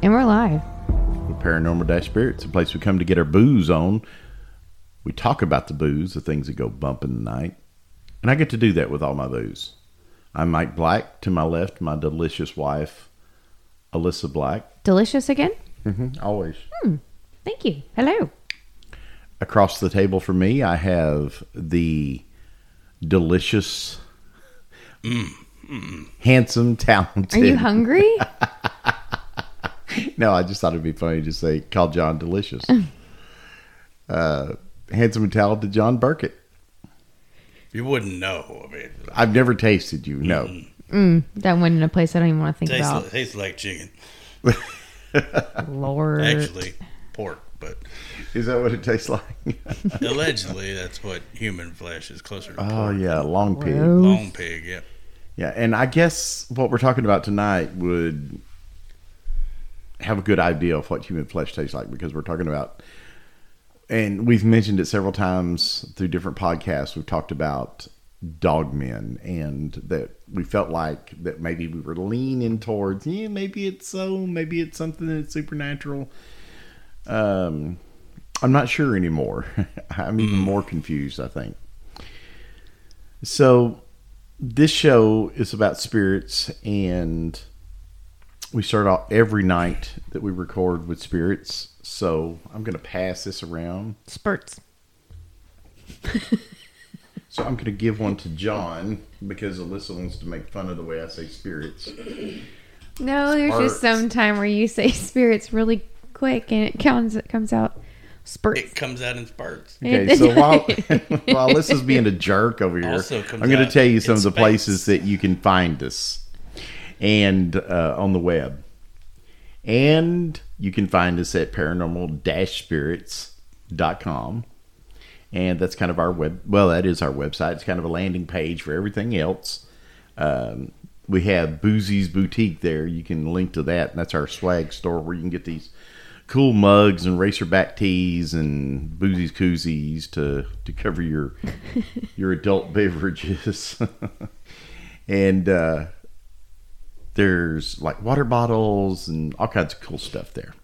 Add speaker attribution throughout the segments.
Speaker 1: And we're live.
Speaker 2: with Paranormal Dash Spirits, a place we come to get our booze on. We talk about the booze, the things that go bump in the night. And I get to do that with all my booze. I'm Mike Black. To my left, my delicious wife, Alyssa Black.
Speaker 1: Delicious again?
Speaker 2: Always.
Speaker 1: Thank you. Hello.
Speaker 2: Across the table from me, I have the delicious, handsome,
Speaker 1: Are
Speaker 2: talented.
Speaker 1: you hungry?
Speaker 2: No, I just thought it'd be funny to say call John delicious. uh, handsome and talented John Burkett.
Speaker 3: You wouldn't know. I mean,
Speaker 2: I've never tasted you. No,
Speaker 1: that went in a place I don't even want to think
Speaker 3: tastes
Speaker 1: about.
Speaker 3: like, tastes like chicken.
Speaker 1: Lord.
Speaker 3: Actually, pork, but
Speaker 2: is that what it tastes like?
Speaker 3: allegedly that's what human flesh is closer to.
Speaker 2: oh yeah, long pig.
Speaker 1: Gross.
Speaker 3: Long pig, yeah.
Speaker 2: Yeah, and I guess what we're talking about tonight would have a good idea of what human flesh tastes like because we're talking about, and we've mentioned it several times through different podcasts. We've talked about dog men and that we felt like that maybe we were leaning towards, yeah, maybe it's so, maybe it's something that's supernatural. Um, I'm not sure anymore. I'm even more confused, I think. So this show is about spirits and we start out every night that we record with spirits so i'm going to pass this around
Speaker 1: Spurts.
Speaker 2: so i'm going to give one to john because alyssa wants to make fun of the way i say spirits
Speaker 1: No, there's just
Speaker 2: Spurts.
Speaker 1: some time where you say spirits really quick and it counts it comes out spurts.
Speaker 3: It comes out in spurts.
Speaker 2: okay so while while alyssa's being a jerk over here
Speaker 3: Also
Speaker 2: i'm
Speaker 3: comes
Speaker 2: going to
Speaker 3: out
Speaker 2: tell you
Speaker 3: in
Speaker 2: some of the
Speaker 3: space.
Speaker 2: places that you can find us and uh, on the web and you can find us at paranormal-spirits.com and that's kind of our web well that is our website it's kind of a landing page for everything else um, we have boozy's boutique there you can link to that and that's our swag store where you can get these cool mugs and racerback tees and boozy's koozies to to cover your your adult beverages and uh there's like water bottles and all kinds of cool stuff there.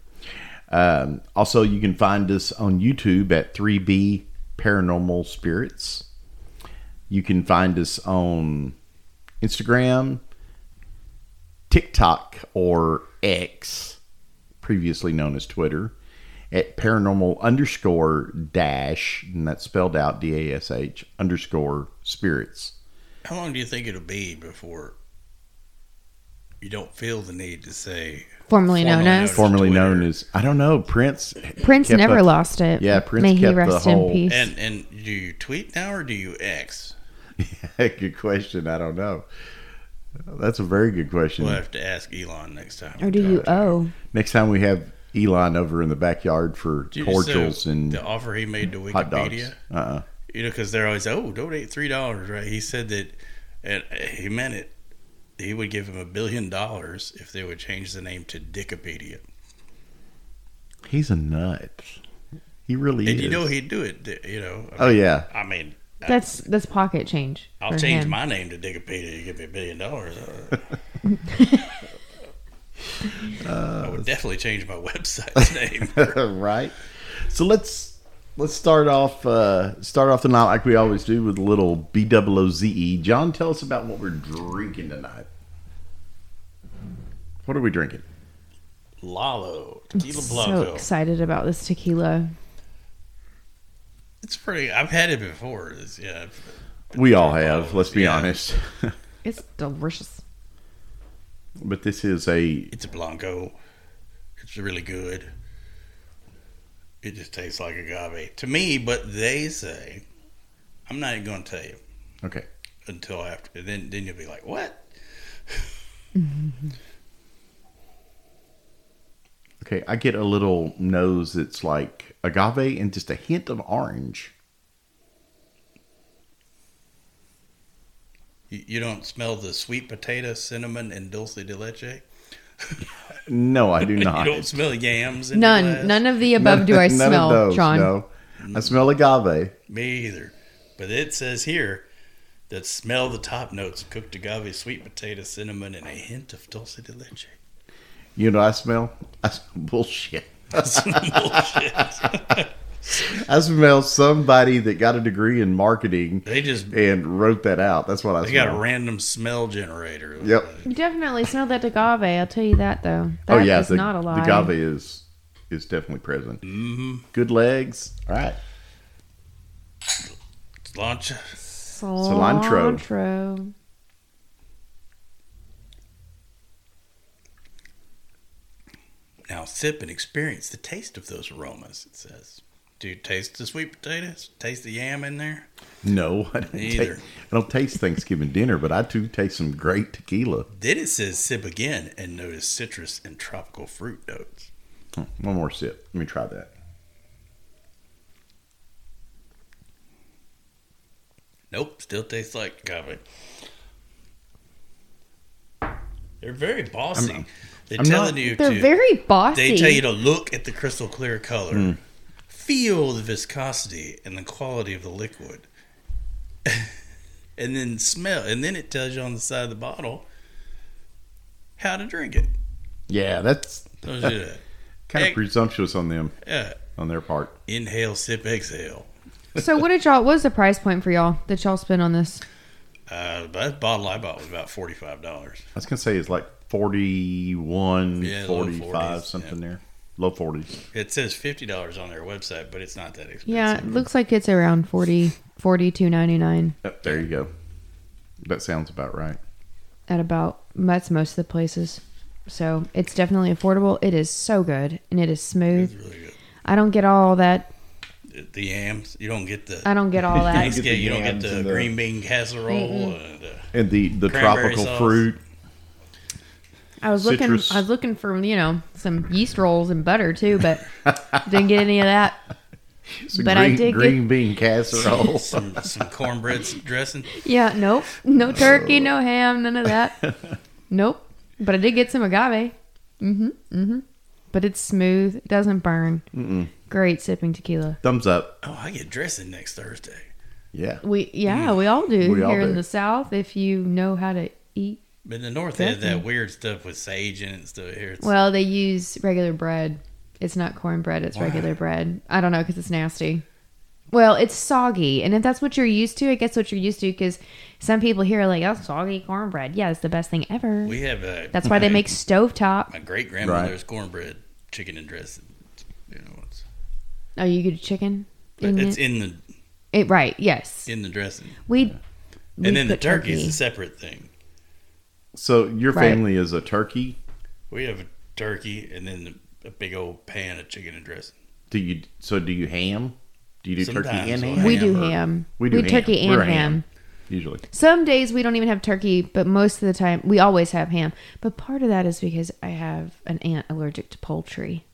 Speaker 2: Um, also, you can find us on YouTube at 3B Paranormal Spirits. You can find us on Instagram, TikTok, or X, previously known as Twitter, at paranormal underscore dash, and that's spelled out D A S H underscore spirits.
Speaker 3: How long do you think it'll be before you don't feel the need to say
Speaker 1: Formerly known
Speaker 3: Formerly
Speaker 1: as
Speaker 3: known
Speaker 2: formerly known
Speaker 3: Twitter.
Speaker 2: as I don't know Prince.
Speaker 1: Prince
Speaker 2: kept
Speaker 1: never
Speaker 2: up-
Speaker 1: lost it.
Speaker 2: Yeah, Prince
Speaker 1: May he
Speaker 2: kept the
Speaker 1: rest
Speaker 2: whole-
Speaker 1: in peace.
Speaker 3: and and do you tweet now or do you X?
Speaker 2: good question. I don't know. That's a very good question.
Speaker 3: We'll have to ask Elon next time.
Speaker 1: or do you oh, owe?
Speaker 2: Next time we have Elon over in the backyard for
Speaker 3: Did you see
Speaker 2: cordials and
Speaker 3: the offer he made to
Speaker 2: hot dogs.
Speaker 3: Wikipedia?
Speaker 2: Uh-uh.
Speaker 3: you know, because they're always, oh, donate three dollars, right? He said that, and he meant it. He would give him a billion dollars if they would change the name to Dickopedia,
Speaker 2: He's a nut. He really
Speaker 3: and
Speaker 2: is.
Speaker 3: you know he'd do it. You know, I
Speaker 2: oh yeah.
Speaker 3: I mean,
Speaker 1: That's that's pocket change.
Speaker 3: I'll
Speaker 1: for
Speaker 3: change
Speaker 1: him.
Speaker 3: my name to Dickopedia. You give me a billion dollars. uh, I would definitely change my website's name.
Speaker 2: right. So let's let's start off uh start off the night like we always do with a little B double O Z E. John, tell us about what we're drinking tonight. What are we drinking?
Speaker 3: Lalo Tequila
Speaker 1: So
Speaker 3: Blanco.
Speaker 1: excited about this tequila.
Speaker 3: it's pretty. I've had it before. It's, yeah,
Speaker 2: We all have, let's be
Speaker 3: Yeah.
Speaker 2: honest.
Speaker 1: It's delicious.
Speaker 2: But this is a
Speaker 3: It's a Blanco. It's really good. It just tastes like agave to me, but they say I'm not even going to tell you
Speaker 2: okay.
Speaker 3: until after. Then then you'll be like, "What?"
Speaker 2: Okay, I get a little nose that's like agave and just a hint of orange.
Speaker 3: You, you don't smell the sweet potato, cinnamon, and dulce de leche.
Speaker 2: No, I do
Speaker 3: You
Speaker 2: not.
Speaker 3: don't smell yams. In your glass?
Speaker 1: None none of the above do I
Speaker 2: None of
Speaker 1: smell,
Speaker 2: those,
Speaker 1: John.
Speaker 2: No. I smell agave.
Speaker 3: Me either. But it says here that smell the top notes: cooked agave, sweet potato, cinnamon, and a hint of dulce de leche.
Speaker 2: You know, I smell. I smell bullshit.
Speaker 3: bullshit.
Speaker 2: I smell somebody that got a degree in marketing
Speaker 3: They just
Speaker 2: and wrote that out. That's what I
Speaker 3: they got a
Speaker 2: smell.
Speaker 3: random smell generator.
Speaker 2: Yep.
Speaker 1: You definitely smell that agave. I'll tell you that though.
Speaker 2: oh
Speaker 1: That
Speaker 2: yeah,
Speaker 1: is
Speaker 2: the,
Speaker 1: not a
Speaker 2: the
Speaker 1: lie.
Speaker 2: agave is is definitely present. Mm-hmm. Good legs. All right.
Speaker 3: Launch.
Speaker 1: Cilantro. Cilantro.
Speaker 3: Now sip and experience the taste of those aromas. It says, "Do you taste the sweet potatoes? Taste the yam in there?
Speaker 2: No, I don't,
Speaker 3: Neither.
Speaker 2: taste, I don't taste Thanksgiving dinner, but I do taste some great tequila.
Speaker 3: Then it says sip again and notice citrus and tropical fruit notes.
Speaker 2: Hmm, One more sip. Let me try that.
Speaker 3: Nope, still tastes like agave. They're very bossy. They're
Speaker 2: I'm
Speaker 3: telling
Speaker 2: not-
Speaker 3: you
Speaker 1: They're
Speaker 3: to.
Speaker 1: very bossy.
Speaker 3: they tell you to look at the crystal clear color, feel the viscosity and the quality of the liquid, and then smell. And then it tells you on the side of the bottle how to drink it.
Speaker 2: Yeah, that's
Speaker 3: Don't do that.
Speaker 2: kind
Speaker 3: Egg-
Speaker 2: of presumptuous on them
Speaker 3: Yeah.
Speaker 2: on their part.
Speaker 3: Inhale, sip, exhale.
Speaker 1: so what did y'all? What was the price point for y'all that y'all spent on this?
Speaker 3: Uh, that bottle I bought was about forty-five dollars.
Speaker 2: I was gonna say it's like 41,
Speaker 3: Yeah, low
Speaker 2: 45,
Speaker 3: 40s,
Speaker 2: something there. Low forties.
Speaker 3: It says fifty dollars on their website, but it's not that expensive.
Speaker 1: Yeah, it looks like it's around 40 42.99
Speaker 2: Oh, there you go. That sounds about right.
Speaker 1: at about that's most of the places. So it's definitely affordable. It is so good and it is
Speaker 3: it's
Speaker 1: smooth.
Speaker 3: really
Speaker 1: I don't get all that.
Speaker 3: good. The yams, you don't get the.
Speaker 1: I don't get all that.
Speaker 2: get
Speaker 3: Yeah,
Speaker 2: the
Speaker 3: you don't get
Speaker 2: yams
Speaker 3: the
Speaker 2: and the-
Speaker 3: green bean casserole. And, uh,
Speaker 2: And the the
Speaker 3: Cranberry
Speaker 2: tropical
Speaker 3: sauce.
Speaker 2: fruit.
Speaker 1: I was looking.
Speaker 2: Citrus.
Speaker 1: I was looking for you know some yeast rolls and butter too, but didn't get any of that.
Speaker 2: It's a
Speaker 1: But I
Speaker 2: green,
Speaker 1: did get-
Speaker 2: green bean casserole.
Speaker 3: some some cornbread dressing.
Speaker 1: Yeah, nope. No turkey, no ham, none of that. nope. But I did get some agave. Mm-hmm. Mm-hmm. But it's smooth. It doesn't burn. Great sipping tequila.
Speaker 2: Thumbs up.
Speaker 3: Oh, I get dressing next Thursday.
Speaker 2: Yeah.
Speaker 1: We yeah, we all do
Speaker 2: We all
Speaker 1: here in
Speaker 2: do.
Speaker 1: the South if you know how to eat.
Speaker 3: But in the North, they have that
Speaker 1: Dressing.
Speaker 3: weird stuff with sage in it and stuff. Here, it's,
Speaker 1: Well, they use regular bread. It's not cornbread. It's
Speaker 3: Why?
Speaker 1: regular bread. I don't know because it's nasty. Well, it's soggy, and if that's what you're used to, I guess what you're used to because some people here are like, "Oh, soggy cornbread. Yeah, it's the best thing ever."
Speaker 3: we have a.
Speaker 1: that's why they make stovetop.
Speaker 3: my great grandmother's cornbread chicken and dressing. You know, it's,
Speaker 1: Oh, you get a chicken?
Speaker 3: but
Speaker 1: in
Speaker 3: it's
Speaker 1: it?
Speaker 3: in the
Speaker 1: It- right, yes.
Speaker 3: in the dressing,
Speaker 1: we, we
Speaker 3: and then the
Speaker 1: put
Speaker 3: turkey is a separate thing.
Speaker 2: So your
Speaker 1: Right.
Speaker 2: family is a turkey.
Speaker 3: We have a turkey and then the, a big old pan of chicken and dressing.
Speaker 2: Do you so do you ham? Do you do turkey
Speaker 3: Sometimes
Speaker 2: and
Speaker 3: we'll
Speaker 2: ham?
Speaker 1: We do
Speaker 3: Ham or-
Speaker 1: ham.
Speaker 2: We do ham.
Speaker 1: turkey and
Speaker 2: We're a
Speaker 1: ham.
Speaker 2: ham. Usually.
Speaker 1: Some days we don't even have turkey, but most of the time we always have ham. But part of that is because I have an aunt allergic to poultry.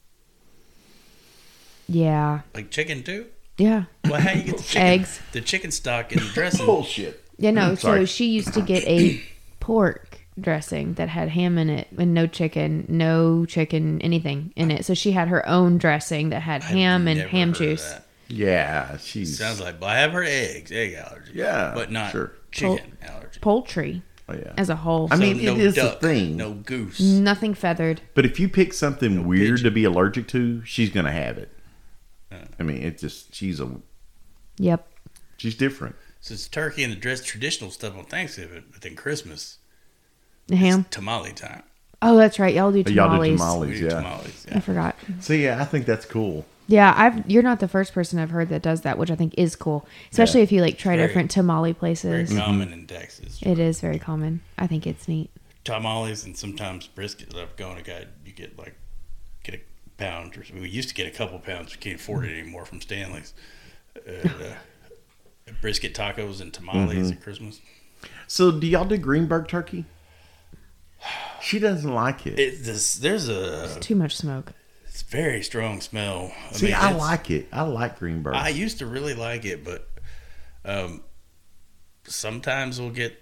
Speaker 1: Yeah.
Speaker 3: Like chicken too.
Speaker 1: Yeah.
Speaker 3: Well, how you get the chicken,
Speaker 1: Eggs.
Speaker 3: the chicken stock and the dressing?
Speaker 2: Bullshit.
Speaker 1: Yeah, no. So
Speaker 2: Sorry.
Speaker 1: she used to get a pork dressing that had ham in it and no chicken, no chicken, anything in it. So she had her own dressing that had
Speaker 3: I've
Speaker 1: ham and
Speaker 3: never
Speaker 1: ham
Speaker 3: heard of
Speaker 1: juice.
Speaker 3: that.
Speaker 2: Yeah, she's
Speaker 3: Sounds like. Well, I have heard eggs, egg allergy.
Speaker 2: Yeah,
Speaker 3: but not
Speaker 2: sure.
Speaker 3: chicken allergy.
Speaker 1: Poultry
Speaker 2: oh, yeah.
Speaker 1: as a whole.
Speaker 2: I mean,
Speaker 3: no
Speaker 2: it is
Speaker 3: duck,
Speaker 2: a thing.
Speaker 3: No goose.
Speaker 1: Nothing feathered.
Speaker 2: But if you pick something weird
Speaker 3: pigeon. Uh.
Speaker 2: to be allergic to, she's gonna have it. I mean, it just she's a
Speaker 1: Yep.
Speaker 2: she's different.
Speaker 3: So it's turkey and the dress traditional stuff on Thanksgiving, but then Christmas
Speaker 1: The ham.
Speaker 3: it's tamale time.
Speaker 1: Oh, that's right. Y'all do tamales.
Speaker 2: Uh, Y'all do
Speaker 3: We
Speaker 2: tamales,
Speaker 3: do
Speaker 2: yeah.
Speaker 3: tamales.
Speaker 1: I
Speaker 3: Yeah.
Speaker 1: forgot.
Speaker 2: So yeah, I think that's cool.
Speaker 1: Yeah, I've. You're not the first person I've heard that does that, which I think is cool, especially if you like try
Speaker 3: Very-
Speaker 1: different tamale
Speaker 3: Very
Speaker 1: places.
Speaker 2: Mm-hmm.
Speaker 3: common in Texas.
Speaker 1: It is very common. I think it's neat.
Speaker 3: Tamales and sometimes brisket. I've gone to guy you get like get a pound or something. We used to get a couple pounds. We can't afford
Speaker 2: Mm-hmm.
Speaker 3: it anymore from Stanley's. Uh, uh, brisket tacos and tamales
Speaker 2: Mm-hmm.
Speaker 3: at Christmas.
Speaker 2: So do y'all do Greenberg turkey? She doesn't like it.
Speaker 3: It, this, there's a
Speaker 1: Too much smoke.
Speaker 3: it's very strong smell. I
Speaker 2: See, I
Speaker 3: it's-
Speaker 2: like it. I like Greenberg.
Speaker 3: I used to really like it, but um, sometimes we'll get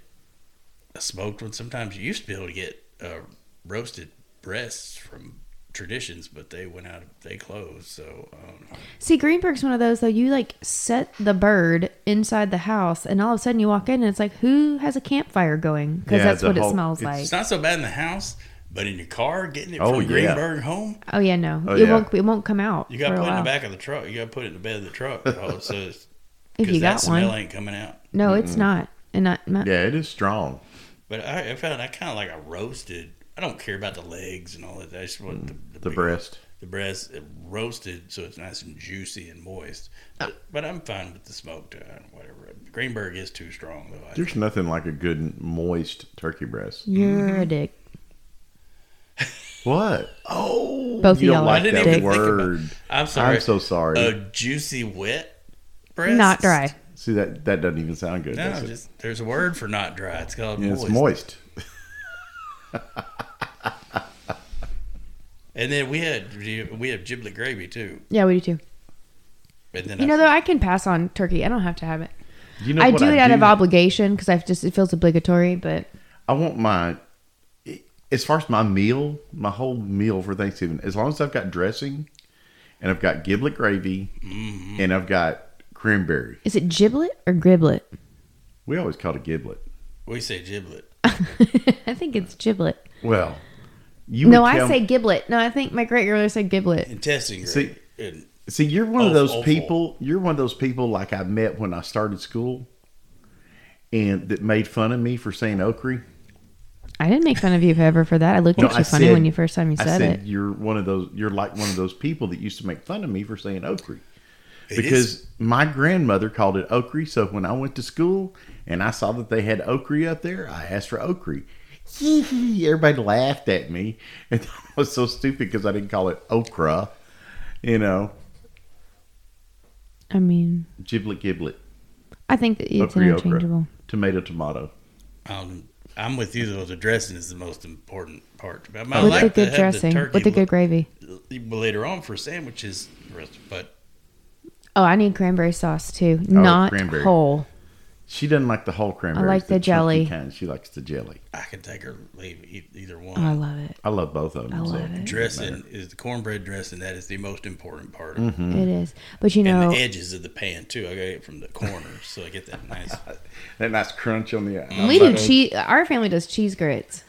Speaker 3: a smoked one. Sometimes you used to be able to get uh, roasted breasts from Traditions, but they went out. They closed. So um,
Speaker 1: See, Greenberg's one of those though. You like set the bird inside the house, and all of a sudden you walk in, and it's like, who has a campfire going? Because
Speaker 2: Yeah,
Speaker 1: that's
Speaker 2: the
Speaker 1: what it
Speaker 2: whole-
Speaker 1: smells
Speaker 2: it's-
Speaker 1: like.
Speaker 3: it's not so bad in the house, But in your car, getting it
Speaker 2: Oh,
Speaker 3: from
Speaker 2: yeah.
Speaker 3: Greenberg home,
Speaker 1: Oh yeah, no,
Speaker 2: Oh,
Speaker 1: it
Speaker 2: yeah.
Speaker 1: won't. It won't come out.
Speaker 3: you got
Speaker 1: for
Speaker 3: to
Speaker 1: a
Speaker 3: put it in the
Speaker 1: while.
Speaker 3: back of the truck. You got to put it in the bed of the truck. Oh, so it's-
Speaker 1: if you
Speaker 3: that
Speaker 1: got
Speaker 3: smell
Speaker 1: one.
Speaker 3: ain't coming out.
Speaker 1: No, it's not. And not, not
Speaker 2: Yeah, it is strong.
Speaker 3: But I, I found I kind of like a roasted. I don't care about the legs and all that. I just want the, the,
Speaker 2: The
Speaker 3: big-
Speaker 2: breast.
Speaker 3: The breast uh, roasted, so it's nice and juicy and moist.
Speaker 2: Oh.
Speaker 3: But, but I'm fine with the smoked uh, whatever. Greenberg is too strong though. I
Speaker 2: There's nothing like a good moist turkey breast.
Speaker 1: you're a dick.
Speaker 2: What? Oh,
Speaker 1: Both of
Speaker 2: you don't
Speaker 1: y'all
Speaker 2: like
Speaker 1: are
Speaker 2: that
Speaker 1: dicks.
Speaker 2: word.
Speaker 3: I'm sorry. Uh,
Speaker 2: I'm so sorry.
Speaker 3: A juicy wet breast.
Speaker 1: Not dry.
Speaker 2: See that that doesn't even sound good.
Speaker 3: No,
Speaker 2: does it?
Speaker 3: just there's a word for not dry. It's called
Speaker 2: Yeah,
Speaker 3: moist.
Speaker 2: It's moist.
Speaker 3: And then we had we have giblet gravy too.
Speaker 1: Yeah, we do too.
Speaker 3: And then
Speaker 1: You
Speaker 3: I,
Speaker 1: know, though, I can pass on turkey. I don't have to have it.
Speaker 2: You know
Speaker 1: I
Speaker 2: what
Speaker 1: do it out of obligation because I just it feels obligatory. But
Speaker 2: I want my as far as my meal, my whole meal for Thanksgiving. As long as I've got dressing, and I've got giblet gravy,
Speaker 3: Mm-hmm.
Speaker 2: and I've got cranberry.
Speaker 1: is it giblet or griblet?
Speaker 2: We always call it a giblet.
Speaker 3: we say giblet.
Speaker 1: I think it's giblet.
Speaker 2: Well, you
Speaker 1: No,
Speaker 2: would
Speaker 1: I
Speaker 2: tell
Speaker 1: say
Speaker 2: me-
Speaker 1: giblet. No, I think my great grandmother said giblet.
Speaker 3: Intestine
Speaker 2: See-
Speaker 3: gravy. and
Speaker 2: See, you're one of
Speaker 3: Oh,
Speaker 2: those
Speaker 3: awful.
Speaker 2: people. You're one of those people like I met when I started school, and that made fun of me for saying okri.
Speaker 1: I didn't make fun of you ever for that. I looked
Speaker 2: No,
Speaker 1: at
Speaker 2: I
Speaker 1: you funny
Speaker 2: said-
Speaker 1: when you first time you
Speaker 2: I
Speaker 1: said,
Speaker 2: said
Speaker 1: it.
Speaker 2: you're one of those. You're like one of those people that used to make fun of me for saying okri,
Speaker 3: It
Speaker 2: because my grandmother called it okri. So when I went to school and I saw that they had okri up there, I asked for okri. Everybody laughed at me, and I was so stupid because I didn't call it okra. You know,
Speaker 1: I mean,
Speaker 2: giblet giblet,
Speaker 1: I think that it's
Speaker 2: Okra, okra.
Speaker 1: interchangeable.
Speaker 2: tomato tomato.
Speaker 3: Um, I'm with you though. The dressing is the most important part. But I might
Speaker 1: With
Speaker 3: like
Speaker 1: the
Speaker 3: to
Speaker 1: good
Speaker 3: have
Speaker 1: dressing,
Speaker 3: the turkey
Speaker 1: with the good gravy.
Speaker 3: l- later on for sandwiches. But
Speaker 1: Oh, I need cranberry sauce too, not
Speaker 2: Oh, cranberry.
Speaker 1: whole.
Speaker 2: She doesn't like the whole cranberry.
Speaker 1: like the jelly.
Speaker 2: Kind. She likes the jelly.
Speaker 3: I can take or leave e- either one.
Speaker 1: Oh, I love it.
Speaker 2: I love both of them.
Speaker 1: I love it.
Speaker 3: dressing is the cornbread dressing. That is the most important part. Of
Speaker 2: Mm-hmm. Mm.
Speaker 1: It
Speaker 3: it.
Speaker 1: is, but you
Speaker 3: And
Speaker 1: know,
Speaker 3: the edges of the pan too. I got it from the corners, so I get that nice.
Speaker 2: That nice crunch on the.
Speaker 1: we do cheese. Our family does cheese grits.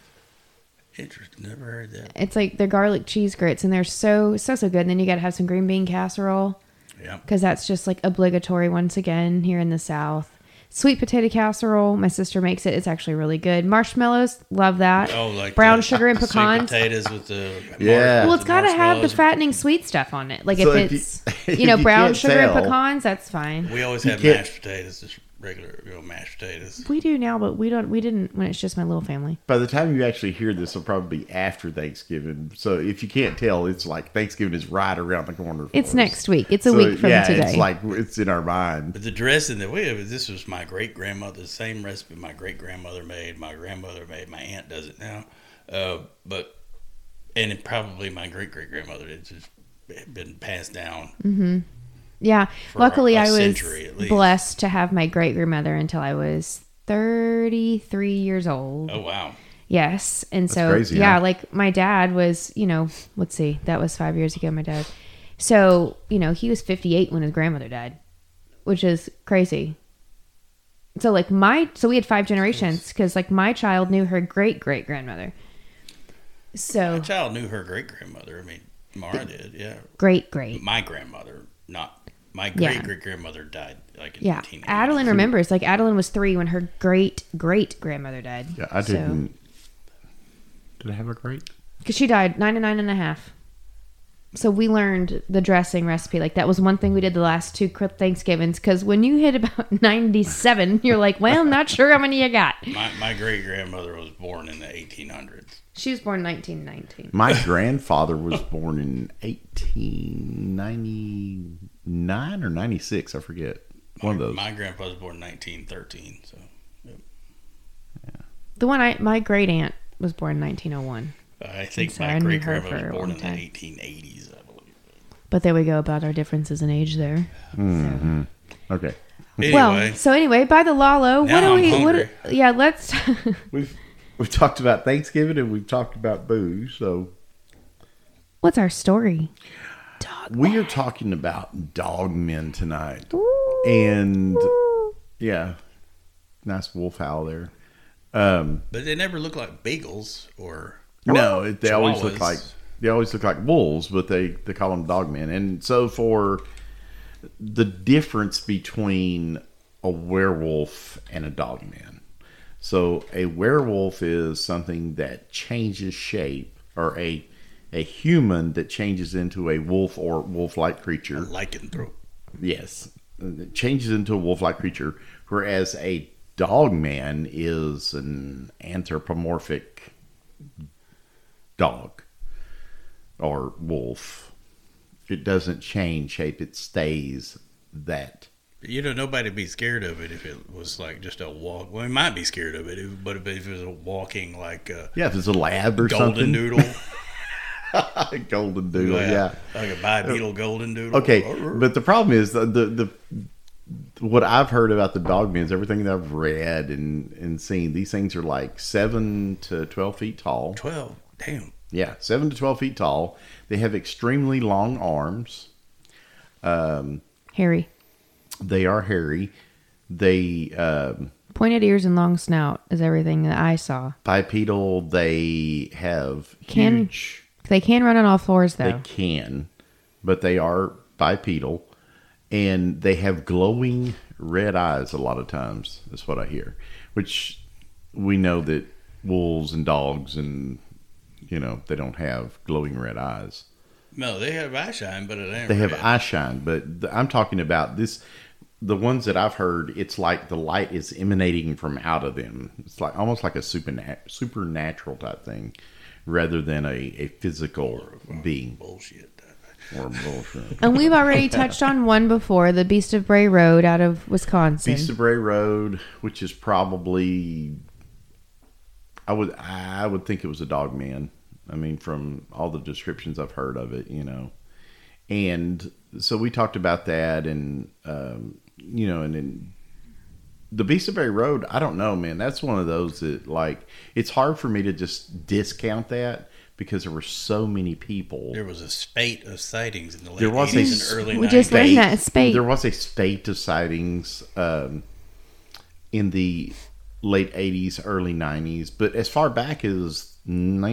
Speaker 3: Interesting. Never heard that.
Speaker 1: It's like they're garlic cheese grits, and they're so so so good. And then you got to have some green bean casserole
Speaker 3: Yeah.
Speaker 1: because that's just like obligatory once again here in the South. Sweet potato casserole, my sister makes it. It's actually really good. Marshmallows, love that.
Speaker 3: Oh, like
Speaker 1: brown
Speaker 3: the
Speaker 1: sugar and
Speaker 3: sweet
Speaker 1: pecans.
Speaker 3: potatoes with the
Speaker 2: Yeah.
Speaker 1: Well, it's got to have the
Speaker 3: marshmallows.
Speaker 1: fattening sweet stuff on it. Like
Speaker 2: So
Speaker 1: if
Speaker 2: if you-
Speaker 1: it's you,
Speaker 2: if
Speaker 1: know
Speaker 2: you
Speaker 1: brown
Speaker 2: can't
Speaker 1: sugar and
Speaker 2: tell-
Speaker 1: pecans, that's fine.
Speaker 3: We always
Speaker 2: You
Speaker 3: have
Speaker 2: can't-
Speaker 3: mashed potatoes, just regular you know, mashed potatoes.
Speaker 1: We do now, but we don't. We didn't when it's just my little family.
Speaker 2: By the time you actually hear this, it'll probably be after Thanksgiving. So if you can't tell, it's like Thanksgiving is right around the corner. for
Speaker 1: It's
Speaker 2: us.
Speaker 1: next week. It's a
Speaker 2: So,
Speaker 1: week from
Speaker 2: yeah,
Speaker 1: today.
Speaker 2: it's like it's in our mind.
Speaker 3: But the dressing that we have, this was my great grandmother, the same recipe my great grandmother made, my grandmother made, my aunt does it now. Uh, but, and it probably my great great grandmother, it's just been passed down.
Speaker 1: Mm-hmm. Yeah.
Speaker 3: for
Speaker 1: Luckily,
Speaker 3: a
Speaker 1: I was
Speaker 3: century at least.
Speaker 1: blessed to have my great grandmother until I was 33 years old.
Speaker 3: Oh, wow.
Speaker 1: Yes. And so,
Speaker 2: crazy,
Speaker 1: yeah,
Speaker 2: huh?
Speaker 1: like my dad was, you know, let's see, that was five years ago, my dad. So, you know, he was 58 when his grandmother died, which is crazy. So, like, my, so we had five generations because, like, my child knew her great great grandmother.
Speaker 3: My
Speaker 1: So,
Speaker 3: child knew her great grandmother. I mean, Mara did, yeah.
Speaker 1: great great.
Speaker 3: My grandmother, not my
Speaker 1: Yeah.
Speaker 3: great great grandmother died like in
Speaker 1: Yeah.
Speaker 3: 1980.
Speaker 1: Adeline remembers, like, Adeline was three when her great great grandmother died.
Speaker 2: Yeah, I
Speaker 1: So-
Speaker 2: didn't. Did I have a great?
Speaker 1: because she died 99 and a half so we learned the dressing recipe like that was one thing we did the last two cri- thanksgivings because when you hit about 97 you're like well not sure how many you got
Speaker 3: My, my great grandmother was born in the 1800s.
Speaker 1: she was born 1919
Speaker 2: My grandfather was born in 1899 or 96. I forget. One
Speaker 1: Oh.
Speaker 2: of those.
Speaker 3: My grandpa was born in 1913, so.
Speaker 1: the one i my great aunt was born oh in 1901
Speaker 3: I think
Speaker 1: So I
Speaker 3: my
Speaker 1: knew
Speaker 3: great
Speaker 1: her
Speaker 3: grandmother
Speaker 1: for a
Speaker 3: was born
Speaker 1: long
Speaker 3: in
Speaker 1: time.
Speaker 3: the 1880s, I believe.
Speaker 1: but there we go about our differences in age there
Speaker 2: Mm-hmm. Okay.
Speaker 3: Anyway,
Speaker 1: well so anyway by the lalo what
Speaker 3: Now
Speaker 1: are
Speaker 3: I'm
Speaker 1: we
Speaker 3: hungry.
Speaker 1: what yeah let's
Speaker 2: We've we've talked about Thanksgiving and we've talked about booze, so
Speaker 1: what's our story
Speaker 2: we are talking about dog men tonight.
Speaker 1: Ooh.
Speaker 2: And yeah. Nice wolf howl there. Um
Speaker 3: but they never look like bagels or
Speaker 2: No, it, they always look
Speaker 3: Chihuahuas.
Speaker 2: like they always look like wolves, but they they call them dog men. And so for the difference between a werewolf and a dog man. So a werewolf is something that changes shape, or a a human that changes into a wolf or wolf-like creature.
Speaker 3: lycanthrope.
Speaker 2: Yes, it changes into a wolf-like creature, whereas a dog man is an anthropomorphic dog or wolf. It doesn't change shape; it stays that.
Speaker 3: You know, nobody'd be scared of it if it was like just a walk. Well, we might be scared of it, if, but if it was a walking like a
Speaker 2: Yeah, if it's a lab or
Speaker 3: golden
Speaker 2: something,
Speaker 3: doodle,
Speaker 2: golden doodle. yeah.
Speaker 3: like a bipedal golden doodle.
Speaker 2: Okay,
Speaker 3: Or-
Speaker 2: but the problem is the the, the what I've heard about the dog men is everything that I've read and and seen. These things are like seven to twelve feet tall.
Speaker 3: twelve. Damn.
Speaker 2: Yeah, seven to twelve feet tall. They have extremely long arms.
Speaker 1: Harry.
Speaker 2: They are hairy. They um,
Speaker 1: Pointed ears and long snout is everything that I saw.
Speaker 2: bipedal. They have
Speaker 1: Can-
Speaker 2: huge.
Speaker 1: They can run on all fours though.
Speaker 2: They can, but they are bipedal, and they have glowing red eyes. A lot of times, is what I hear. Which we know that wolves and dogs and you know they don't have glowing red eyes.
Speaker 3: No, they have eye shine, but it ain't.
Speaker 2: They have
Speaker 3: red.
Speaker 2: eye shine, but th- I'm talking about this. The ones that I've heard, it's like the light is emanating from out of them. It's like almost like a supernat- supernatural type thing, rather than a, a physical being
Speaker 3: bullshit.
Speaker 2: or bullshit.
Speaker 1: and we've already touched on one before, the Beast of Bray Road out of Wisconsin.
Speaker 2: Beast of Bray Road, which is probably, I would I would think it was a dog man. I mean, from all the descriptions I've heard of it, you know, and so we talked about that, and um, you know, and then the Beast of Bray Road. I don't know, man. That's one of those that like it's hard for me to just discount that because there were so many people.
Speaker 3: There was a spate of sightings in the late
Speaker 2: There was a
Speaker 3: 80s and early
Speaker 1: we
Speaker 3: 90s.
Speaker 1: just learned
Speaker 2: spate.
Speaker 1: that spate.
Speaker 2: There was a spate of sightings um, in the late 80s, early 90s, but as far back as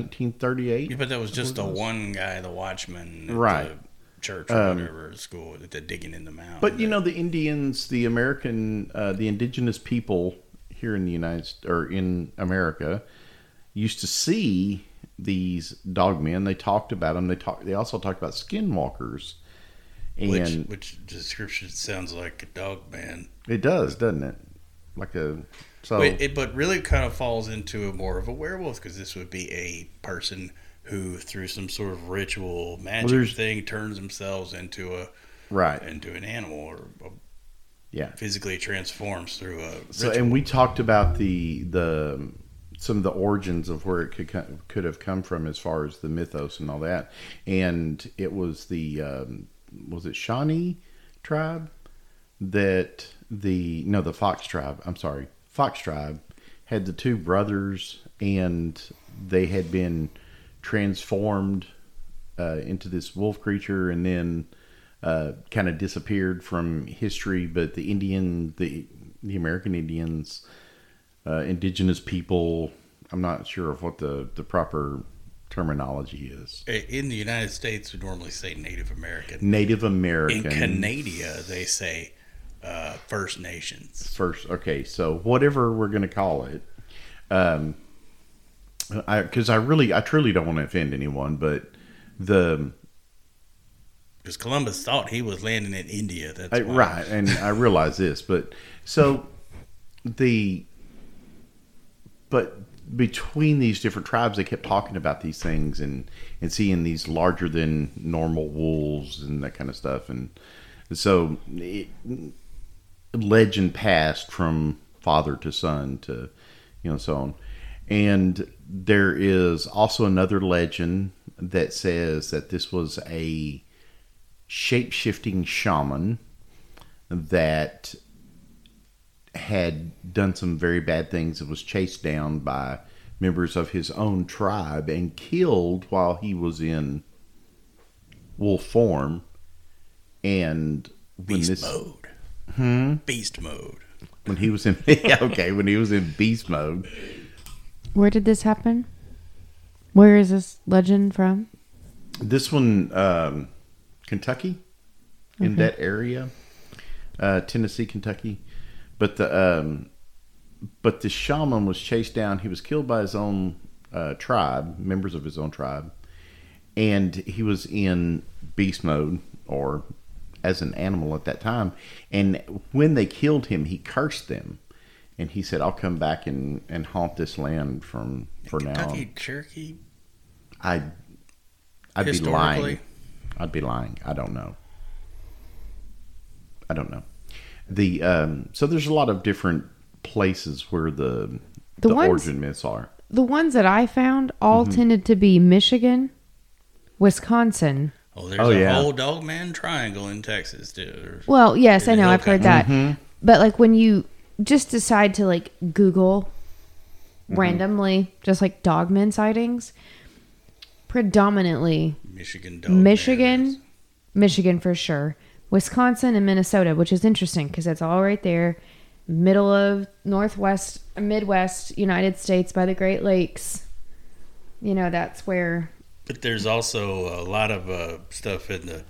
Speaker 2: 1938.
Speaker 3: Yeah, but that was just the one guy, the watchman, at
Speaker 2: Right. Um,
Speaker 3: The church or whatever school that they're digging in the mound.
Speaker 2: But you know, the Indians, the American, uh, the indigenous people here in the United or in America used to see these dogmen. They talked about them. They talked. They also talked about skinwalkers. And
Speaker 3: which, which description sounds like a dog man.
Speaker 2: it does, doesn't it? Like a so.
Speaker 3: Wait, it, but really kind of falls into a more of a werewolf because this would be a person who, through some sort of ritual magic
Speaker 2: there's-
Speaker 3: thing, turns themselves into a
Speaker 2: right.
Speaker 3: into an animal or uh,
Speaker 2: Yeah.
Speaker 3: physically transforms through a.
Speaker 2: So,
Speaker 3: ritual.
Speaker 2: and we talked about the the some of the origins of where it could co- could have come from as far as the mythos and all that, and it was the um, was it Shawnee tribe that the no the Fox tribe I'm sorry Fox tribe had the two brothers and they had been transformed uh, into this wolf creature and then uh, kind of disappeared from history. But the Indian, the the American Indians, uh, indigenous people, I'm not sure of what the the proper terminology is.
Speaker 3: in the United States, we normally say Native American.
Speaker 2: Native
Speaker 3: In
Speaker 2: American.
Speaker 3: Canada, they say uh, First Nations.
Speaker 2: first okay so whatever we're going to call it um i because i really i truly don't want to offend anyone but the
Speaker 3: Because Columbus thought he was landing in India. That's
Speaker 2: I-
Speaker 3: why.
Speaker 2: right and i realize this but so the but between these different tribes they kept talking about these things and and seeing these larger than normal wolves and that kind of stuff and so it, legend passed from father to son to you know so on and there is also another legend that says that this was a shape-shifting shaman that had done some very bad things and was chased down by members of his own tribe and killed while he was in wolf form and when
Speaker 3: Beast
Speaker 2: this Hmm?
Speaker 3: mode. Beast mode.
Speaker 2: when he was in yeah, okay when he was in beast mode
Speaker 1: Where did this happen? Where is this legend from?
Speaker 2: This one, um, Kentucky, in that area, uh, Tennessee, Kentucky, but the um, but the shaman was chased down. He was killed by his own uh, tribe, members of his own tribe, and he was in beast mode or as an animal at that time. And when they killed him, he cursed them, and he said, "I'll come back and, and haunt this land from for now." on."
Speaker 3: Kentucky Cherokee.
Speaker 2: I I'd be lying.
Speaker 3: Historically?
Speaker 2: I'd be lying. I don't know. I don't know. The um, so there's a lot of different places where the
Speaker 1: The
Speaker 2: the,
Speaker 1: ones-
Speaker 2: origin myths are.
Speaker 1: The ones that I found all
Speaker 2: Mm-hmm.
Speaker 1: tended to be Michigan, Wisconsin.
Speaker 3: Oh, there's
Speaker 2: Oh,
Speaker 3: a
Speaker 2: yeah.
Speaker 3: whole dog man triangle in Texas, too.
Speaker 1: Well, yes, I
Speaker 3: There's
Speaker 1: know.
Speaker 3: no
Speaker 1: I've heard
Speaker 3: con-
Speaker 1: that. But like when you just decide to like Google randomly, just like dogman sightings, predominantly
Speaker 3: Michigan dog.
Speaker 1: Michigan,
Speaker 3: man.
Speaker 1: Michigan for sure, Wisconsin and Minnesota, which is interesting because that's all right there, middle of northwest, Midwest United States by the Great Lakes. You know that's where
Speaker 3: But there's also a lot of uh, stuff in the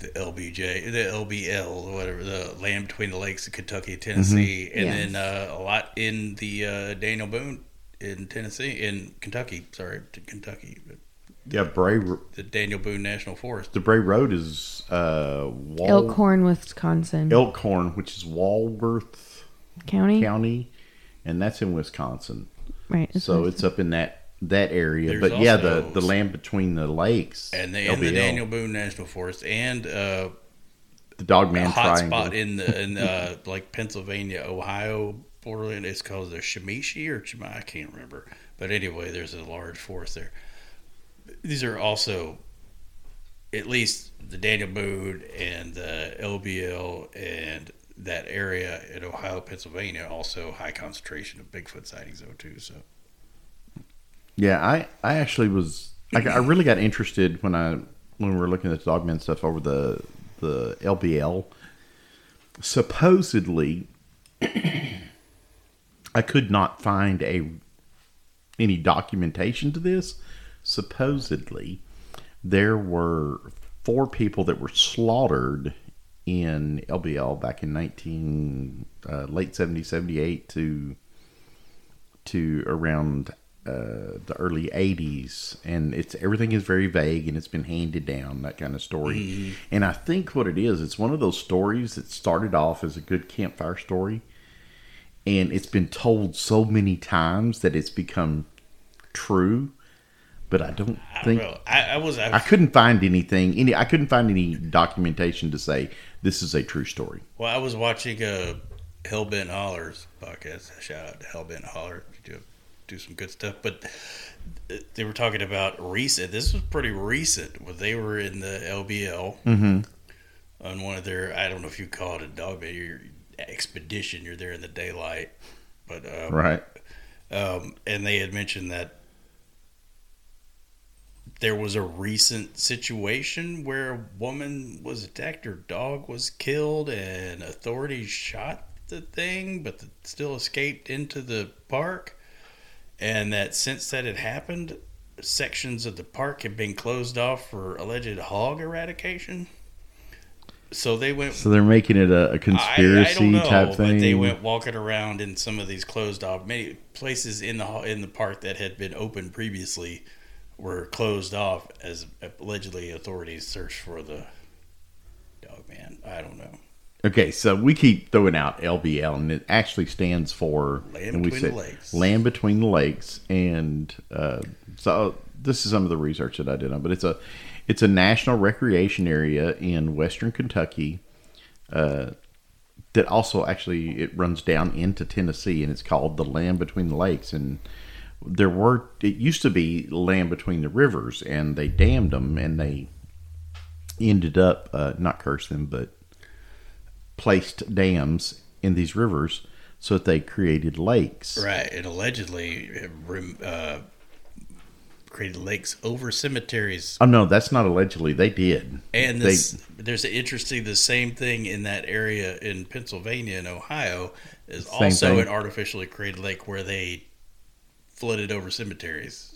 Speaker 3: the LBJ, the LBL, or whatever, the land between the lakes of Kentucky,
Speaker 2: Mm-hmm.
Speaker 3: Tennessee, and
Speaker 1: Yes.
Speaker 3: then uh, a lot in the uh, Daniel Boone in Tennessee, in Kentucky. Sorry, to Kentucky. but
Speaker 2: Yeah, Bray R-
Speaker 3: The Daniel Boone National Forest.
Speaker 2: the Bray Road is uh, Wal-
Speaker 1: Elkhorn, Wisconsin
Speaker 2: Elkhorn, which is Walworth
Speaker 1: County,
Speaker 2: County, and that's in Wisconsin.
Speaker 1: right?
Speaker 2: So it's up in that that area.
Speaker 3: There's
Speaker 2: but yeah, the
Speaker 3: also-
Speaker 2: the land between the lakes
Speaker 3: And they in the
Speaker 2: LBL,
Speaker 3: Daniel Boone National Forest and uh,
Speaker 2: the Dogman
Speaker 3: a hot
Speaker 2: Triangle.
Speaker 3: spot in the in uh, like Pennsylvania, Ohio borderland. It's called the Shemishi or Shema, I can't remember. But anyway, there's a large forest there. These are also, at least the Daniel Boone and the LBL and that area in Ohio, Pennsylvania, also high concentration of Bigfoot sightings though too. So
Speaker 2: Yeah, I, I actually was I, got- I really got interested when I when we were looking at the dogman stuff over the the LBL. Supposedly, I could not find a any documentation to this. Supposedly, there were four people that were slaughtered in LBL back in 19 uh, late 70 78 to to around uh, the early 80s and it's everything is very vague and it's been handed down that kind of story and i think what it is it's one of those stories that started off as a good campfire story and it's been told so many times that it's become true but i don't
Speaker 3: I don't
Speaker 2: think
Speaker 3: know. I, I was I,
Speaker 2: I couldn't find anything. Any I couldn't find any documentation to say this is a true story.
Speaker 3: well, I was watching uh, Hellbent Hollers podcast. Shout out to Hellbent Holler. You do, do some good stuff. But uh, they were talking about recent. This was pretty recent. When they were in the LBL
Speaker 2: Mm-hmm.
Speaker 3: on one of their, I don't know if you call it a dog, but your expedition. You're there in the daylight, but um,
Speaker 2: Right.
Speaker 3: um, and they had mentioned that there was a recent situation where a woman was attacked, her dog was killed, and authorities shot the thing, but the, still escaped into the park. And that since that had happened, sections of the park had been closed off for alleged hog eradication. So they went
Speaker 2: So they're making it a, a conspiracy type thing.
Speaker 3: but they went walking around in some of these closed off many places in the ho- in the park that had been open previously were closed off as allegedly authorities searched for the dog man. I don't know.
Speaker 2: Okay, so we keep throwing out LBL, and it actually stands for
Speaker 3: Land
Speaker 2: and we
Speaker 3: Between the
Speaker 2: said
Speaker 3: Lakes.
Speaker 2: Land Between the Lakes, and uh, so this is some of the research that I did on. But it's a it's a national recreation area in western Kentucky uh, that also actually it runs down into Tennessee, and it's called the Land Between the Lakes. And there were it used to be land between the rivers, and they dammed them, and they ended up uh, not cursed them, but placed dams in these rivers so that they created lakes.
Speaker 3: Right, and allegedly it rem- uh, created lakes over cemeteries.
Speaker 2: Oh no, that's not allegedly. They did.
Speaker 3: And
Speaker 2: They-
Speaker 3: this, there's an interesting the same thing in that area in Pennsylvania and Ohio is
Speaker 2: Same
Speaker 3: also
Speaker 2: thing.
Speaker 3: an artificially created lake where they flooded over cemeteries.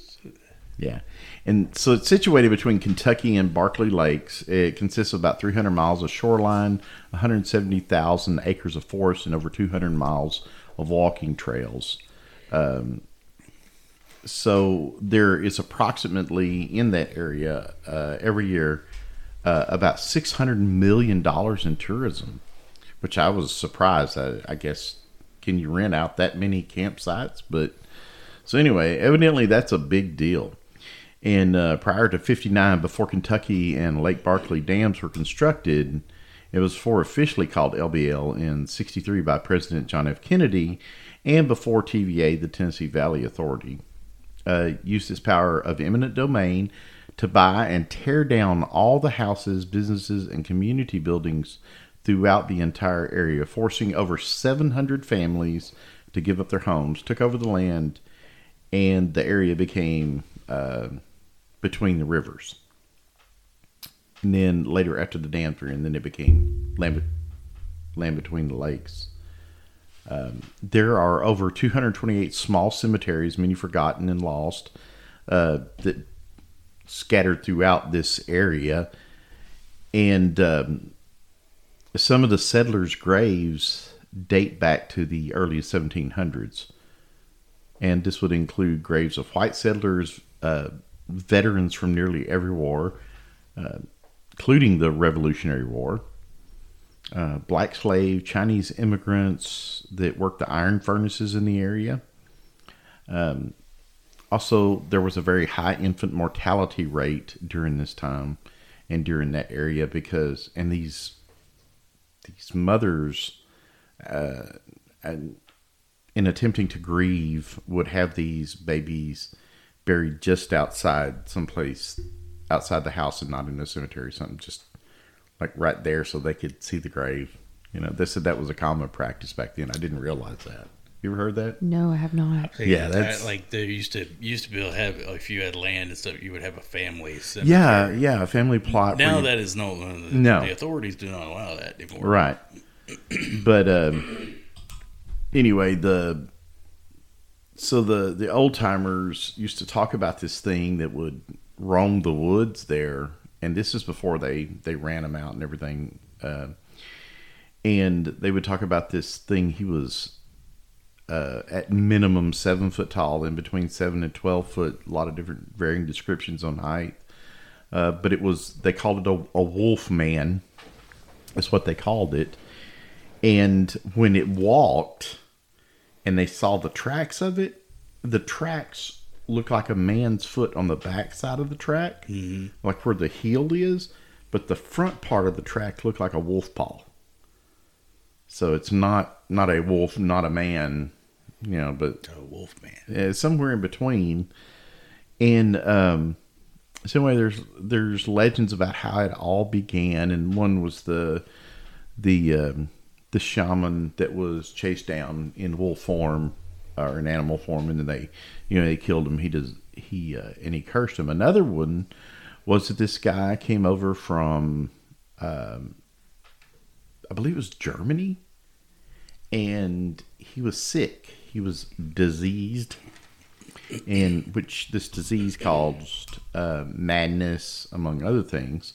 Speaker 2: Yeah. And so it's situated between Kentucky and Barclay Lakes. It consists of about 300 miles of shoreline, 170,000 acres of forest, and over 200 miles of walking trails. Um, so there is approximately in that area uh, every year uh, about $600 million in tourism, which I was surprised. I, I guess, can you rent out that many campsites? But so anyway, evidently that's a big deal. And uh, prior to 59, before Kentucky and Lake Barkley dams were constructed, it was before officially called LBL in 63 by President John F. Kennedy and before TVA, the Tennessee Valley Authority, uh, used its power of eminent domain to buy and tear down all the houses, businesses, and community buildings throughout the entire area, forcing over 700 families to give up their homes, took over the land, and the area became uh, between the rivers. And then later, after the dam through, and then it became land, be- land between the lakes. Um, there are over 228 small cemeteries, many forgotten and lost, uh, that scattered throughout this area. And um, some of the settlers' graves date back to the early 1700s and this would include graves of white settlers, uh, veterans from nearly every war, uh, including the Revolutionary War, uh, black slave, Chinese immigrants that worked the iron furnaces in the area. Um, also, there was a very high infant mortality rate during this time and during that area because, and these these mothers in attempting to grieve would have these babies buried just outside someplace outside the house and not in a cemetery something just like right there so they could see the grave you know they said that was a common practice back then i didn't realize that you ever heard that
Speaker 1: No, I have not.
Speaker 2: Yeah,
Speaker 3: I-
Speaker 2: that's-
Speaker 3: like they used to used to be able to have if you had land and stuff, you would have a family. cemetery.
Speaker 2: yeah yeah a family plot where
Speaker 3: Now
Speaker 2: you-
Speaker 3: that is no, the,
Speaker 2: No.
Speaker 3: the authorities do not allow that anymore.
Speaker 2: Right. But um, anyway, the so the the old timers used to talk about this thing that would roam the woods there, and this is before they they ran them out and everything. Uh, and they would talk about this thing. He was uh, at minimum seven foot tall, and between seven and twelve foot. A lot of different varying descriptions on height. Uh, but it was they called it a, a wolf man. That's what they called it. And when it walked and they saw the tracks of it, the tracks look like a man's foot on the back side of the track,
Speaker 3: Mm-hmm.
Speaker 2: like where the heel is, but the front part of the track looked like a wolf paw. So it's not not a wolf, not a man, you know, but
Speaker 3: A wolf man.
Speaker 2: uh, somewhere in between. And um, somewhere there's there's legends about how it all began, and one was the the um, the shaman that was chased down in wolf form or in animal form, and then they you know they killed him. He does he uh, and he cursed him. Another one was that this guy came over from um, I believe it was Germany, and he was sick. He was diseased, and which this disease caused uh, madness, among other things.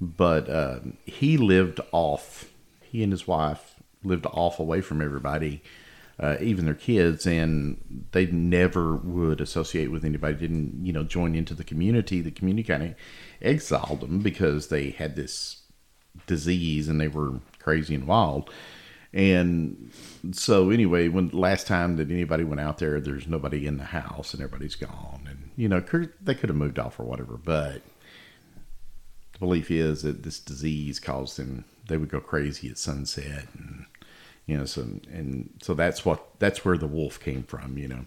Speaker 2: But um, he lived off. He and his wife lived off away from everybody, uh, even their kids, and they never would associate with anybody. Didn't you know join into the community? The community kind of exiled them because they had this disease and they were crazy and wild. And so anyway, when last time that anybody went out there, there's nobody in the house and everybody's gone. And you know, cur- they could have moved off or whatever, but the belief is that this disease caused them they would go crazy at sunset and you know, so and so that's what that's where the wolf came from, you know.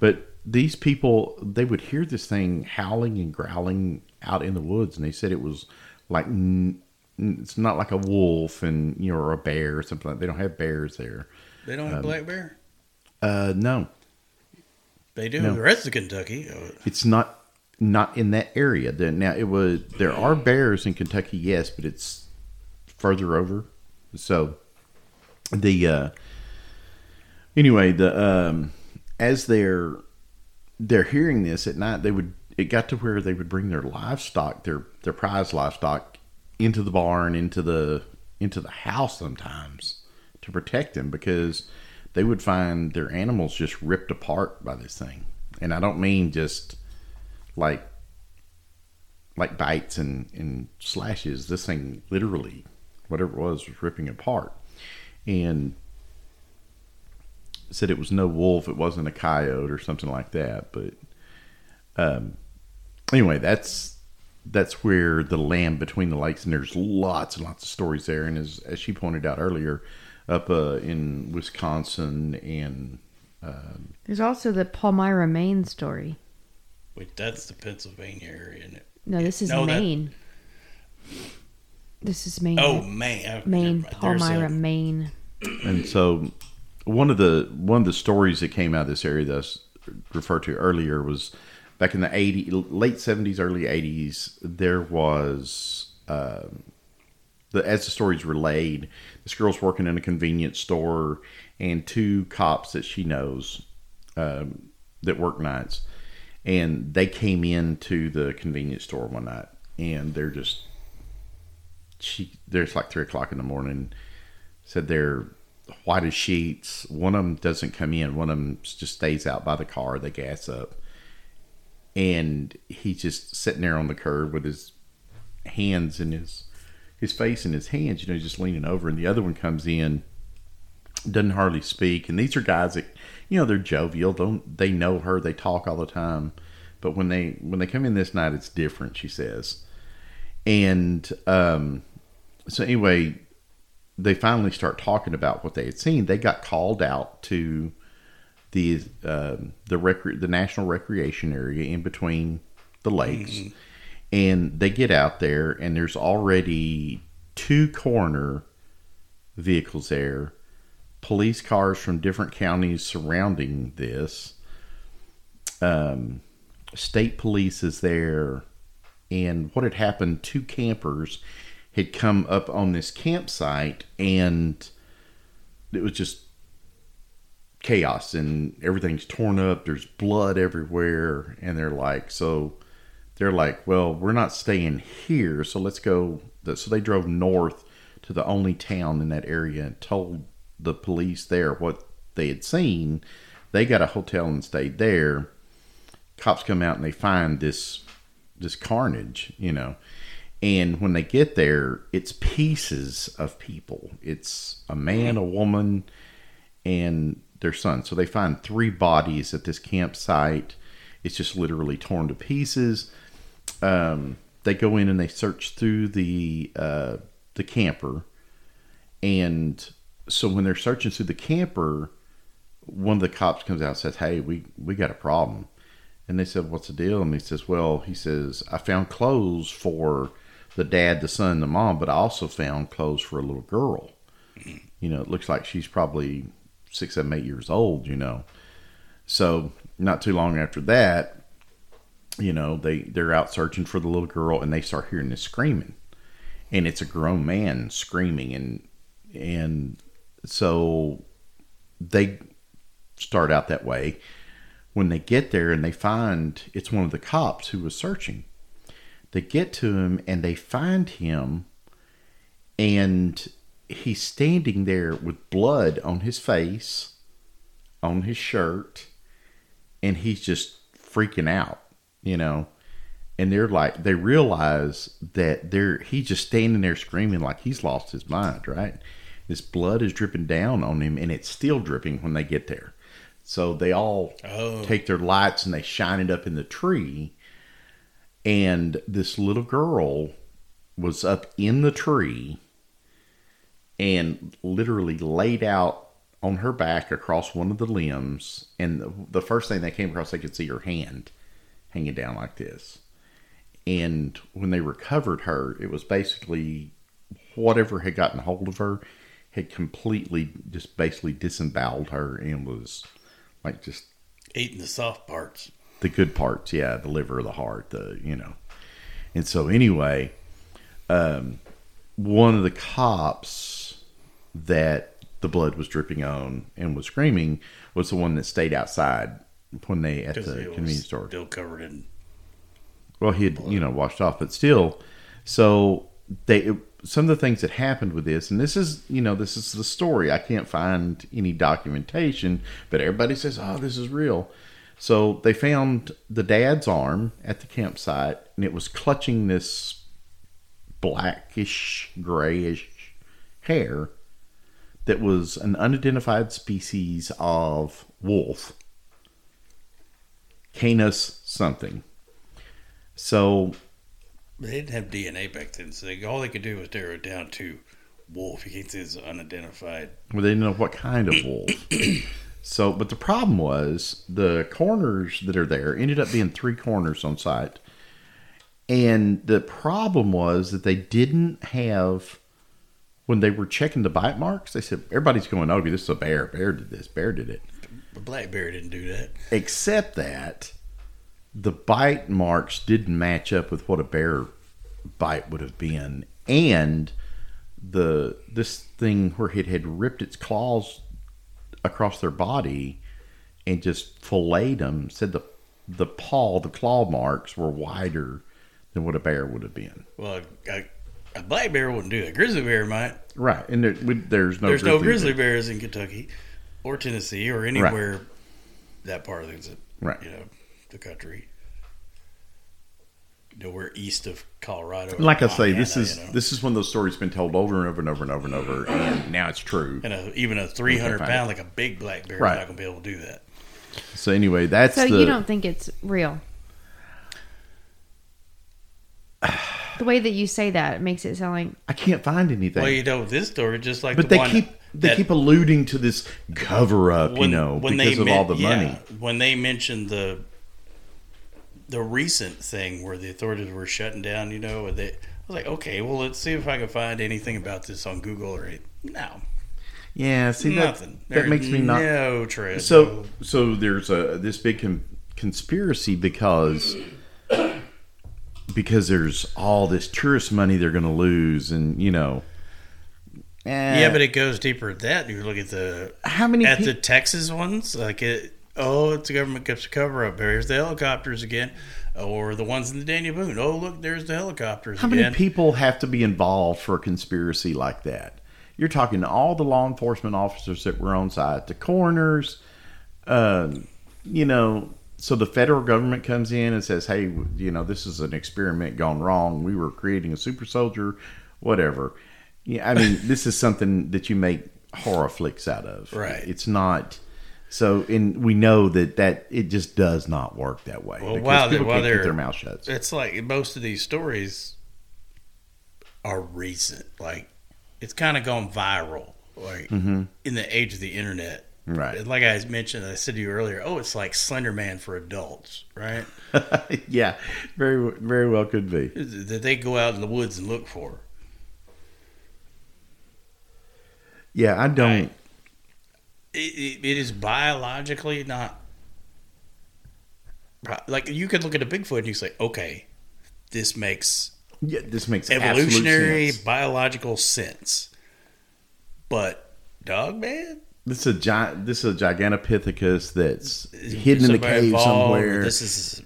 Speaker 2: But these people they would hear this thing howling and growling out in the woods, and they said it was like n- n- it's not like a wolf and you know or a bear or something. like They don't have bears there.
Speaker 3: They don't have
Speaker 2: Um,
Speaker 3: black bear.
Speaker 2: Uh, no,
Speaker 3: They do. The rest of Kentucky. uh,
Speaker 2: it's not not in that area. Then now it was there are bears in Kentucky, yes, but it's further over. So the uh, anyway the um, as they're they're hearing this at night, they would it got to where they would bring their livestock, their their prize livestock, into the barn, into the into the house sometimes to protect them because they would find their animals just ripped apart by this thing. And I don't mean just like like bites and, and slashes. This thing literally, whatever it was, was ripping apart. And said it was no wolf, it wasn't a coyote or something like that. But um, anyway, that's that's where the land between the lakes, and there's lots and lots of stories there. And as as she pointed out earlier, up uh, in Wisconsin and uh,
Speaker 1: There's also the Palmyra Maine story.
Speaker 3: Wait, that's the Pennsylvania area, isn't it?
Speaker 1: No, this is
Speaker 3: No, that-
Speaker 1: Maine. This is Maine.
Speaker 3: Oh, Maine. Oh,
Speaker 1: Maine,
Speaker 3: never mind. There's a-
Speaker 1: Palmyra, Maine.
Speaker 2: and so one of the one of the stories that came out of this area that I s- referred to earlier was back in the 80 late 70s early 80s there was um the as the story's relayed this girl's working in a convenience store and two cops that she knows um, that work nights and they came into the convenience store one night and they're just she there's like three o'clock in the morning said they're white as sheets. One of them doesn't come in. One of them just stays out by the car. They gas up, and he's just sitting there on the curb with his hands in his his face in his hands. You know, just leaning over. And the other one comes in, doesn't hardly speak. And these are guys that you know they're jovial. Don't they know her? They talk all the time. But when they when they come in this night, it's different. She says, and um, so anyway, they finally start talking about what they had seen. They got called out to the um the recre- the national recreation area in between the lakes, and they get out there, and there's already two coroner vehicles there, police cars from different counties surrounding this. Um, state police is there, and what had happened? Two campers had come up on this campsite and it was just chaos and everything's torn up there's blood everywhere and they're like so they're like well we're not staying here so let's go so they drove north to the only town in that area and told the police there what they had seen they got a hotel and stayed there cops come out and they find this this carnage you know and when they get there, it's pieces of people. It's a man, a woman, and their son. So they find three bodies at this campsite. It's just literally torn to pieces. Um, they go in and they search through the uh, the camper, and so when they're searching through the camper, one of the cops comes out and says, "Hey, we we got a problem." And they said, "What's the deal?" And he says, "Well, he says I found clothes for the dad, the son, the mom, but I also found clothes for a little girl. You know, it looks like she's probably six, seven, eight years old. You know, so not too long after that, you know, they they're out searching for the little girl, and they start hearing this screaming, and it's a grown man screaming, and and so they start out that way." when they get there and they find it's one of the cops who was searching. They get to him and they find him, and he's standing there with blood on his face, on his shirt, and he's just freaking out, you know. And they're like, they realize that they're he's just standing there screaming like he's lost his mind, right? This blood is dripping down on him, and it's still dripping when they get there. So they all
Speaker 3: Oh,
Speaker 2: take their lights and they shine it up in the tree. And this little girl was up in the tree and literally laid out on her back across one of the limbs. And the, the first thing they came across, they could see her hand hanging down like this. And when they recovered her, it was basically whatever had gotten hold of her had completely just basically disemboweled her and was like just
Speaker 3: eating the soft parts.
Speaker 2: the good parts, yeah, the liver, the heart, the you know. And so anyway, um, one of the cops that the blood was dripping on and was screaming was the one that stayed outside when they at
Speaker 3: 'cause
Speaker 2: the
Speaker 3: it was
Speaker 2: convenience store.
Speaker 3: Still covered in.
Speaker 2: Well, he had you know washed off, but still. So they some of the things that happened with this, and this is you know this is the story. I can't find any documentation, but everybody says, "Oh, this is real." So they found the dad's arm at the campsite, and it was clutching this blackish, grayish hair that was an unidentified species of wolf, Canis something. So
Speaker 3: They didn't have DNA back then, so they, all they could do was narrow it down to wolf. He gets his unidentified.
Speaker 2: Well, they didn't know what kind of wolf. so, but the problem was the corners that are there ended up being three corners on site. And the problem was that they didn't have, when they were checking the bite marks, they said, everybody's going, oh, this is a bear. Bear did this. Bear did it.
Speaker 3: But Blackberry didn't do that.
Speaker 2: Except that the bite marks didn't match up with what a bear bite would have been, and the this thing where it had ripped its claws across their body and just filleted them said the the paw the claw marks were wider than what a bear would have been.
Speaker 3: Well, a, a black bear wouldn't do that. A grizzly bear might.
Speaker 2: Right, and there, we, there's no
Speaker 3: There's no grizzly bears in Kentucky or Tennessee or anywhere that part of the
Speaker 2: Right.
Speaker 3: you know the country. Nowhere east of Colorado. or
Speaker 2: Like I say, this
Speaker 3: Montana,
Speaker 2: is
Speaker 3: you know.
Speaker 2: this is one of those stories been told over and over and over and over and over, and now it's true.
Speaker 3: and a, even a three hundred
Speaker 2: find
Speaker 3: pound like a big black bear
Speaker 2: Right.
Speaker 3: is not gonna be able to do that.
Speaker 2: So anyway, that's
Speaker 1: So
Speaker 2: the
Speaker 1: you don't think it's real? the way that you say that makes it sound like
Speaker 2: I can't find anything.
Speaker 3: Well, you know this story just like
Speaker 2: but
Speaker 3: the
Speaker 2: they
Speaker 3: one
Speaker 2: keep they
Speaker 3: that-
Speaker 2: keep alluding to this cover up, you know, because of
Speaker 3: men-
Speaker 2: all the
Speaker 3: yeah,
Speaker 2: money.
Speaker 3: when they mentioned the the recent thing where the authorities were shutting down, you know, and they, I was like, okay, well, let's see if I can find anything about this on Google or anything. No,
Speaker 2: Yeah, see that,
Speaker 3: nothing.
Speaker 2: that
Speaker 3: There's
Speaker 2: makes me not
Speaker 3: no trail.
Speaker 2: So so there's a this big con- conspiracy because because there's all this tourist money they're going to lose and you know eh,
Speaker 3: yeah, but it goes deeper than that. You look at the
Speaker 2: how many
Speaker 3: at
Speaker 2: peop-
Speaker 3: the Texas ones, like it. Oh, it's the government gets a cover up. There's the helicopters again, or the ones in the Daniel Boone. Oh, look, there's the helicopters
Speaker 2: How
Speaker 3: again.
Speaker 2: many people have to be involved for a conspiracy like that? You're talking all the law enforcement officers that were on site, the coroners, um, you know. So the federal government comes in and says, "Hey, you know, this is an experiment gone wrong. We were creating a super soldier, whatever." Yeah, I mean, this is something that you make horror flicks out of,
Speaker 3: Right.
Speaker 2: It's not. So, and we know that that it just does not work that way.
Speaker 3: Well,
Speaker 2: because
Speaker 3: while they-
Speaker 2: people
Speaker 3: while
Speaker 2: can't keep
Speaker 3: they're-
Speaker 2: their mouth shut.
Speaker 3: it's like most of these stories are recent. Like it's kind of gone viral, like in the age of the internet.
Speaker 2: Right.
Speaker 3: And like I mentioned, I said to you earlier. Oh, it's like Slender Man for adults, right?
Speaker 2: yeah, very very well could be.
Speaker 3: that they go out in the woods and look for.
Speaker 2: Yeah, I don't.
Speaker 3: Right. It, it, it is biologically not. Like you could look at a Bigfoot and you say, okay, this makes
Speaker 2: Yeah, this makes
Speaker 3: evolutionary
Speaker 2: evolutionary. Sense.
Speaker 3: biological sense. But dog man,
Speaker 2: This is a gi- this is a Gigantopithecus that's hidden in the
Speaker 3: somebody
Speaker 2: cave
Speaker 3: evolved,
Speaker 2: somewhere.
Speaker 3: This is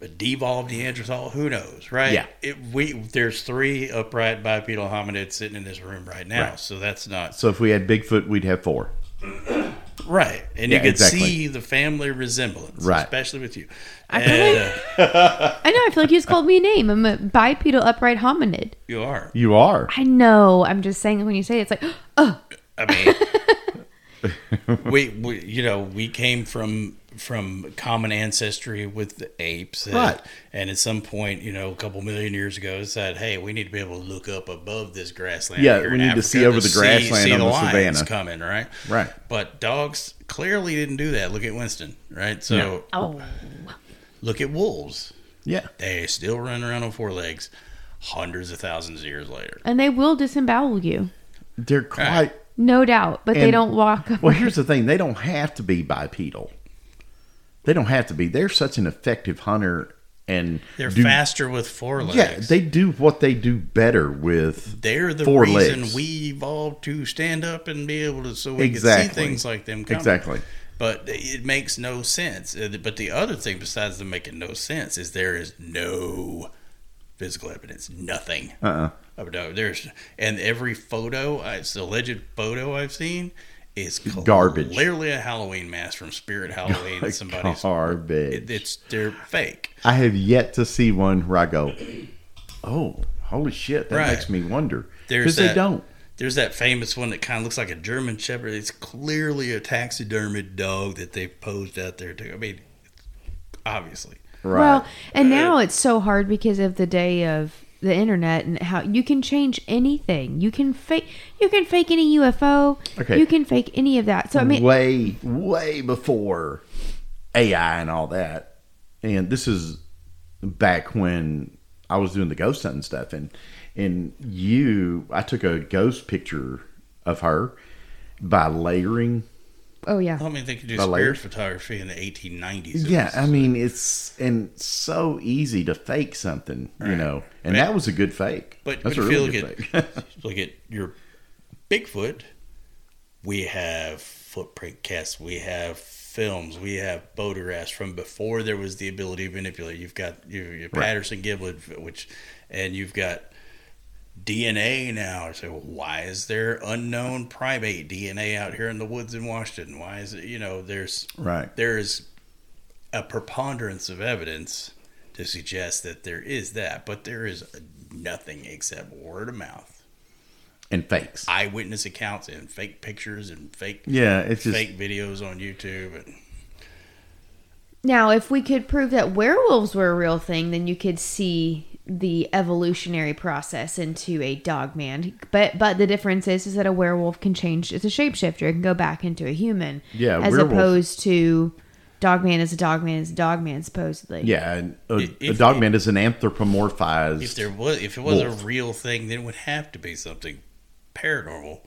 Speaker 3: a devolved Neanderthal. Who knows, right?
Speaker 2: Yeah.
Speaker 3: It, we there's three upright bipedal hominids sitting in this room right now,
Speaker 2: Right.
Speaker 3: so that's not
Speaker 2: so if we had Bigfoot, we'd have four.
Speaker 3: right. And
Speaker 2: Yeah,
Speaker 3: you could
Speaker 2: exactly.
Speaker 3: see the family resemblance,
Speaker 2: Right.
Speaker 3: Especially with you.
Speaker 1: I
Speaker 3: And,
Speaker 1: really-
Speaker 3: uh,
Speaker 1: I know. I feel like you just called me a name. I'm a bipedal upright hominid.
Speaker 3: you are.
Speaker 2: You are.
Speaker 1: I know. I'm just saying that when you say it, it's like, oh,
Speaker 3: I mean, we, we you know we came from from common ancestry with the apes, and,
Speaker 2: Right.
Speaker 3: And at some point, you know, a couple million years ago, it said, "Hey, we need to be able to look up above this grassland."
Speaker 2: Yeah,
Speaker 3: here
Speaker 2: we
Speaker 3: in
Speaker 2: need to
Speaker 3: Africa
Speaker 2: see over the grassland
Speaker 3: see
Speaker 2: on the
Speaker 3: lions
Speaker 2: savannah."
Speaker 3: coming, right?
Speaker 2: Right.
Speaker 3: But dogs clearly didn't do that. Look at Winston, right? So
Speaker 2: No.
Speaker 1: oh,
Speaker 3: look at wolves;
Speaker 2: Yeah.
Speaker 3: they still run around on four legs, hundreds of thousands of years later.
Speaker 1: and they will disembowel you,
Speaker 2: They're quite.
Speaker 1: no doubt. But they
Speaker 2: And-
Speaker 1: don't walk. Up.
Speaker 2: Well, here's the thing: they don't have to be bipedal. They don't have to be. They're such an effective hunter, and
Speaker 3: They're
Speaker 2: do-
Speaker 3: faster with four legs.
Speaker 2: Yeah, they do what they do better with
Speaker 3: They're the
Speaker 2: four
Speaker 3: reason
Speaker 2: legs.
Speaker 3: we evolved to stand up and be able to, so we could
Speaker 2: Exactly.
Speaker 3: see things like them. Coming.
Speaker 2: Exactly.
Speaker 3: But it makes no sense. Uh, But the other thing, besides them making no sense, is there is no physical evidence, nothing
Speaker 2: Uh-uh.
Speaker 3: of a dog. There's and every photo, I- it's alleged photo I've seen is
Speaker 2: Garbage.
Speaker 3: Literally a Halloween mask from Spirit Halloween. Somebody's
Speaker 2: Garbage.
Speaker 3: it, it's they're fake.
Speaker 2: I have yet to see one where I go, oh, holy shit, that
Speaker 3: Right.
Speaker 2: makes me wonder.
Speaker 3: There's
Speaker 2: Because they
Speaker 3: that-
Speaker 2: don't.
Speaker 3: There's that famous one that kind of looks like a German Shepherd. It's clearly a taxidermied dog that they've posed out there to. I mean, obviously,
Speaker 2: Right.
Speaker 1: Well, and now it's so hard because of the day of the internet and how you can change anything. You can fake you can fake any UFO.
Speaker 2: Okay.
Speaker 1: You can fake any of that. So I mean,
Speaker 2: way, way before AI and all that. And this is back when I was doing the ghost hunting stuff, and and you, I took a ghost picture of her by layering.
Speaker 1: oh yeah.
Speaker 3: I don't even think you do
Speaker 2: The
Speaker 3: spirit
Speaker 2: layers?
Speaker 3: photography in the 1890s. It
Speaker 2: Yeah,
Speaker 3: was-
Speaker 2: I mean it's and so easy to fake something, you know. And that was a good fake.
Speaker 3: But
Speaker 2: that's
Speaker 3: but
Speaker 2: a
Speaker 3: if you
Speaker 2: really good
Speaker 3: look
Speaker 2: fake.
Speaker 3: at look at your Bigfoot. We have footprint casts. We have films. We have photographs from before there was the ability to manipulate. You've got your, your Patterson Gimlet, which, and you've got DNA now. So why is there unknown primate DNA out here in the woods in Washington? Why is it? You know, there's
Speaker 2: right.
Speaker 3: there is a preponderance of evidence to suggest that there is that, but there is nothing except word of mouth,
Speaker 2: And fakes.
Speaker 3: eyewitness accounts, and fake pictures and fake
Speaker 2: Yeah, it's just
Speaker 3: fake videos on YouTube. And
Speaker 1: Now, if we could prove that werewolves were a real thing, then you could see the evolutionary process into a dog man. But but the difference is is that a werewolf can change. It's a shapeshifter. It can go back into a human.
Speaker 2: Yeah,
Speaker 1: as
Speaker 2: werewolf-
Speaker 1: opposed to dog man is a dog man is a dog man supposedly.
Speaker 2: yeah, and a, a
Speaker 3: If-
Speaker 2: dog man is an anthropomorphized
Speaker 3: if there was, if it was
Speaker 2: Wolf.
Speaker 3: a real thing, then it would have to be something paranormal,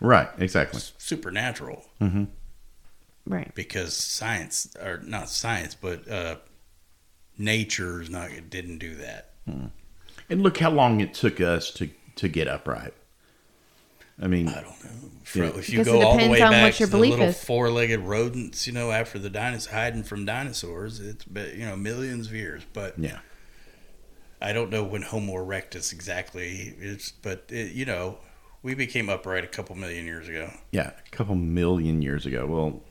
Speaker 2: Right, exactly.
Speaker 3: supernatural,
Speaker 1: Right.
Speaker 3: because science or not science, but uh, nature is not it didn't do that.
Speaker 2: And look how long it took us to to get upright. I mean,
Speaker 3: I don't know. Fro-
Speaker 2: Yeah.
Speaker 3: If you
Speaker 1: Guess
Speaker 3: go
Speaker 1: it
Speaker 3: all the
Speaker 1: depends
Speaker 3: way
Speaker 1: on what
Speaker 3: back
Speaker 1: your
Speaker 3: to the
Speaker 1: belief
Speaker 3: little
Speaker 1: is.
Speaker 3: four-legged rodents, you know, after the dinosaurs hiding from dinosaurs, it's been, you know millions of years. But
Speaker 2: yeah,
Speaker 3: I don't know when Homo erectus exactly is. But it, you know, we became upright a couple million years ago.
Speaker 2: yeah, a couple million years ago. Well,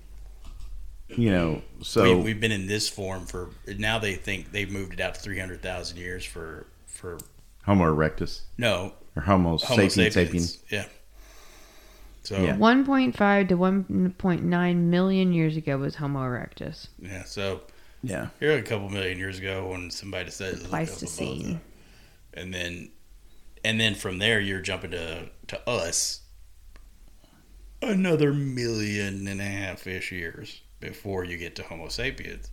Speaker 2: you know, so
Speaker 3: we, we've been in this form for now. They think they've moved it out to three hundred thousand years for for
Speaker 2: Homo erectus
Speaker 3: no
Speaker 2: or Homo,
Speaker 3: Homo
Speaker 2: sapiens,
Speaker 3: sapiens.
Speaker 2: sapiens.
Speaker 3: Yeah. So
Speaker 2: Yeah.
Speaker 3: yeah.
Speaker 1: 1.5 to 1.9 million years ago was Homo erectus.
Speaker 3: so
Speaker 2: Yeah,
Speaker 3: here a couple million years ago when somebody said look up above
Speaker 1: Pleistocene.
Speaker 3: the- and then and then from there you're jumping to to us another million and a half ish years before you get to homo sapiens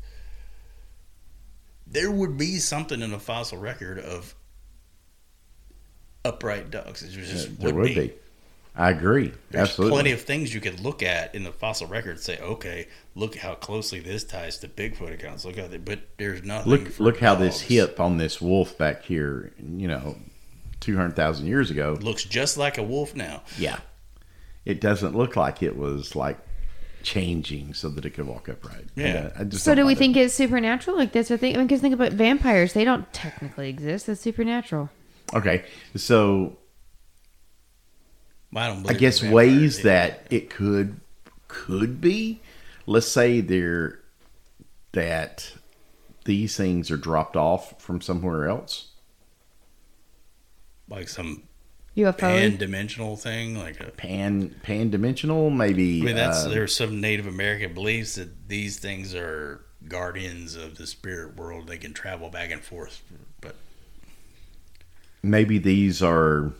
Speaker 3: there would be something in a fossil record of upright ducks It just
Speaker 2: there would be. I agree.
Speaker 3: There's
Speaker 2: Absolutely.
Speaker 3: plenty of things you could look at in the fossil record and say, okay, look how closely this ties to Bigfoot accounts. Look how they, but there's nothing.
Speaker 2: look
Speaker 3: for
Speaker 2: look how this
Speaker 3: dogs.
Speaker 2: hip on this wolf back here. You know, two hundred thousand years ago.
Speaker 3: looks just like a wolf now.
Speaker 2: Yeah, it doesn't look like it was like changing so that it could walk upright.
Speaker 3: Yeah.
Speaker 2: I just
Speaker 1: So do
Speaker 2: don't
Speaker 1: we
Speaker 2: like it.
Speaker 1: think it's supernatural? Like that's the thing. I mean, because think about vampires. They don't technically exist. That's supernatural.
Speaker 2: Okay, so
Speaker 3: I don't
Speaker 2: I
Speaker 3: believe
Speaker 2: guess
Speaker 3: in vampires.
Speaker 2: ways
Speaker 3: It-
Speaker 2: that it could could be. Let's say they're that these things are dropped off from somewhere else.
Speaker 3: like some
Speaker 1: UFO.
Speaker 3: pan dimensional thing. Like a,
Speaker 2: Pan pan dimensional, maybe
Speaker 3: I mean, that's
Speaker 2: uh,
Speaker 3: there's some Native American beliefs that these things are guardians of the spirit world. They can travel back and forth, but
Speaker 2: maybe these are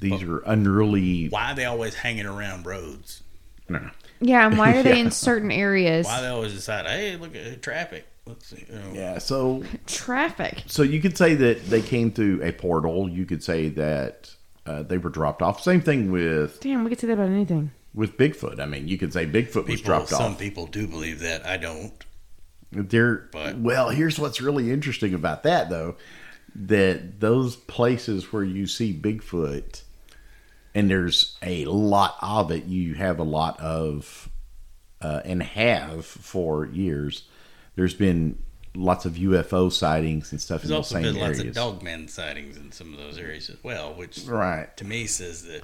Speaker 2: these are unruly
Speaker 3: why are they always hanging around roads?
Speaker 2: no,
Speaker 1: Yeah, and why are they
Speaker 2: Yeah.
Speaker 1: in certain areas?
Speaker 3: Why they always decide, hey, look at traffic. Let's see. you know.
Speaker 2: yeah, so
Speaker 1: Traffic.
Speaker 2: so you could say that they came through a portal. You could say that uh, they were dropped off. Same thing with
Speaker 1: Damn, we could say that about anything.
Speaker 2: with Bigfoot. I mean, you could say Bigfoot was
Speaker 3: People,
Speaker 2: dropped
Speaker 3: some
Speaker 2: off.
Speaker 3: people do believe that. I don't.
Speaker 2: They're
Speaker 3: But-
Speaker 2: well. Here's what's really interesting about that, though, that those places where you see Bigfoot, and there's a lot of it, you have a lot of uh, and have for years. There's been lots of UFO sightings and stuff
Speaker 3: There's
Speaker 2: in
Speaker 3: also
Speaker 2: the
Speaker 3: been
Speaker 2: same
Speaker 3: lots of
Speaker 2: areas.
Speaker 3: dogman sightings in some of those areas as well, which
Speaker 2: right.
Speaker 3: to me says that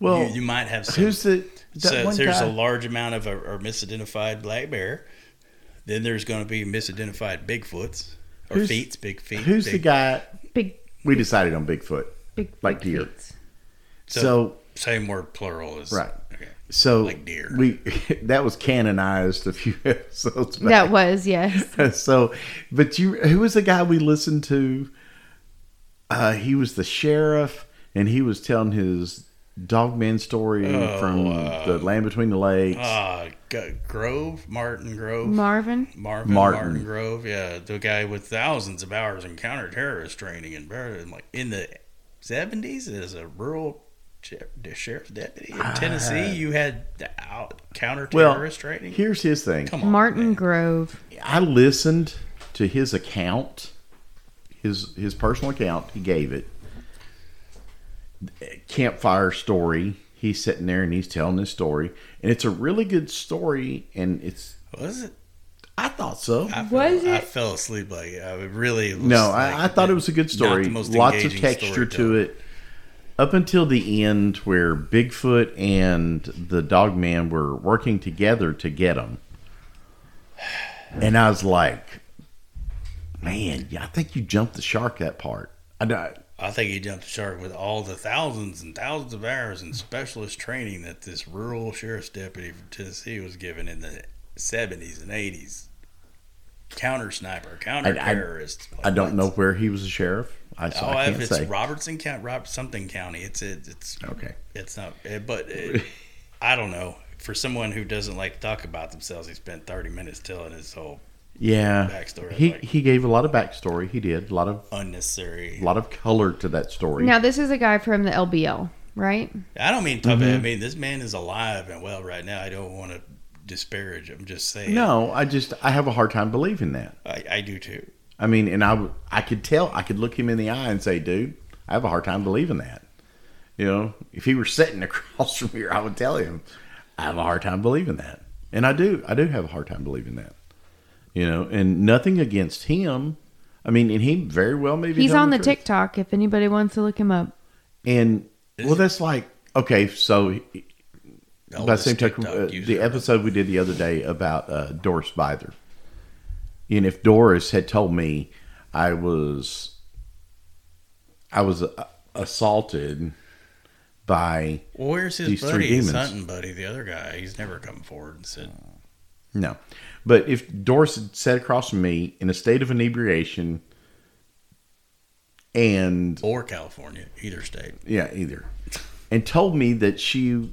Speaker 2: Well,
Speaker 3: you, you might have some.
Speaker 2: Who's the that
Speaker 3: so
Speaker 2: one
Speaker 3: there's
Speaker 2: guy?
Speaker 3: a large amount of or, or misidentified black bear. Then there's going to be misidentified Bigfoots or
Speaker 2: Who's-
Speaker 3: feets, big feet.
Speaker 2: who's the
Speaker 3: big-
Speaker 2: guy?
Speaker 1: Big,
Speaker 2: We decided on Bigfoot.
Speaker 1: big,
Speaker 2: Like uh,
Speaker 1: big
Speaker 2: deer.
Speaker 1: feet.
Speaker 2: So,
Speaker 3: So- Same word, plural is
Speaker 2: Right.
Speaker 3: Okay.
Speaker 2: so
Speaker 3: Like deer.
Speaker 2: We that was canonized a few episodes back.
Speaker 1: That was yes.
Speaker 2: so but you who was the guy we listened to uh he was the sheriff and he was telling his dogman story
Speaker 3: Oh,
Speaker 2: from
Speaker 3: uh,
Speaker 2: the land between the lakes
Speaker 3: Ah, G- Grove Martin Grove
Speaker 1: Marvin.
Speaker 3: Marvin
Speaker 2: Martin.
Speaker 3: Martin. Grove. Yeah, the guy with thousands of hours in counterterrorist training in Bar- in, like in the seventies as a rural che- the sheriff's deputy in Tennessee. you had the out
Speaker 2: Uh, well
Speaker 3: counterterrorist training.
Speaker 2: here's his thing
Speaker 3: Come on,
Speaker 1: Martin
Speaker 3: man.
Speaker 1: Grove.
Speaker 2: i listened to his account his his personal account he gave it campfire story he's sitting there and he's telling his story and it's a really good story and it's
Speaker 3: was it?
Speaker 2: i thought so
Speaker 3: I
Speaker 1: Was
Speaker 3: fell, I
Speaker 1: it?
Speaker 3: fell asleep. Like I really. was
Speaker 2: No,
Speaker 3: like,
Speaker 2: I, I thought it was a good
Speaker 3: not
Speaker 2: story.
Speaker 3: the most
Speaker 2: Lots of
Speaker 3: engaging
Speaker 2: texture to
Speaker 3: storytelling.
Speaker 2: it. Up until the end, where Bigfoot and the Dogman were working together to get him, and I was like, "Man, yeah, I think you jumped the shark that part." I, don't-
Speaker 3: I think he jumped the shark with all the thousands and thousands of hours and specialist training that this rural sheriff's deputy from Tennessee was given in the seventies and eighties. Counter sniper, counter terrorist.
Speaker 2: I don't know where he was a sheriff. I, so
Speaker 3: Oh,
Speaker 2: I
Speaker 3: if
Speaker 2: can't
Speaker 3: it's
Speaker 2: say.
Speaker 3: Robertson County, Rob something County, it's it, it's
Speaker 2: Okay,
Speaker 3: it's not. It, but it, I don't know. For someone who doesn't like to talk about themselves, he spent thirty minutes telling his whole
Speaker 2: yeah.
Speaker 3: Backstory,
Speaker 2: He
Speaker 3: like-
Speaker 2: he gave a lot of backstory. He did a lot of
Speaker 3: unnecessary.
Speaker 2: a lot of color to that story.
Speaker 1: Now this is a guy from the LBL, right?
Speaker 3: I don't mean tough. I mean this man is alive and well right now. I don't want to disparage. I'm just saying.
Speaker 2: no, I just I have a hard time believing that.
Speaker 3: I, I do too.
Speaker 2: I mean, and I, w- I could tell, I could look him in the eye and say, dude, I have a hard time believing that. You know, if he were sitting across from here, I would tell him, I have a hard time believing that. And I do, I do have a hard time believing that. You know, and nothing against him. I mean, and he very well may be.
Speaker 1: He's
Speaker 2: telling
Speaker 1: on the
Speaker 2: truth.
Speaker 1: TikTok. If anybody wants to look him up,
Speaker 2: And well, that's like, okay, so by the
Speaker 3: Oldest
Speaker 2: same token,
Speaker 3: TikTok
Speaker 2: uh, the
Speaker 3: user.
Speaker 2: episode we did the other day about uh, Doris Byther, and if Doris had told me I was, I was uh, assaulted by
Speaker 3: Well, where's his
Speaker 2: these three
Speaker 3: buddy? His
Speaker 2: demons.
Speaker 3: hunting buddy, the other guy. He's never come forward and said.
Speaker 2: no, but if Doris had sat across from me in a state of inebriation, and
Speaker 3: Or California, either state.
Speaker 2: yeah, either, and told me that she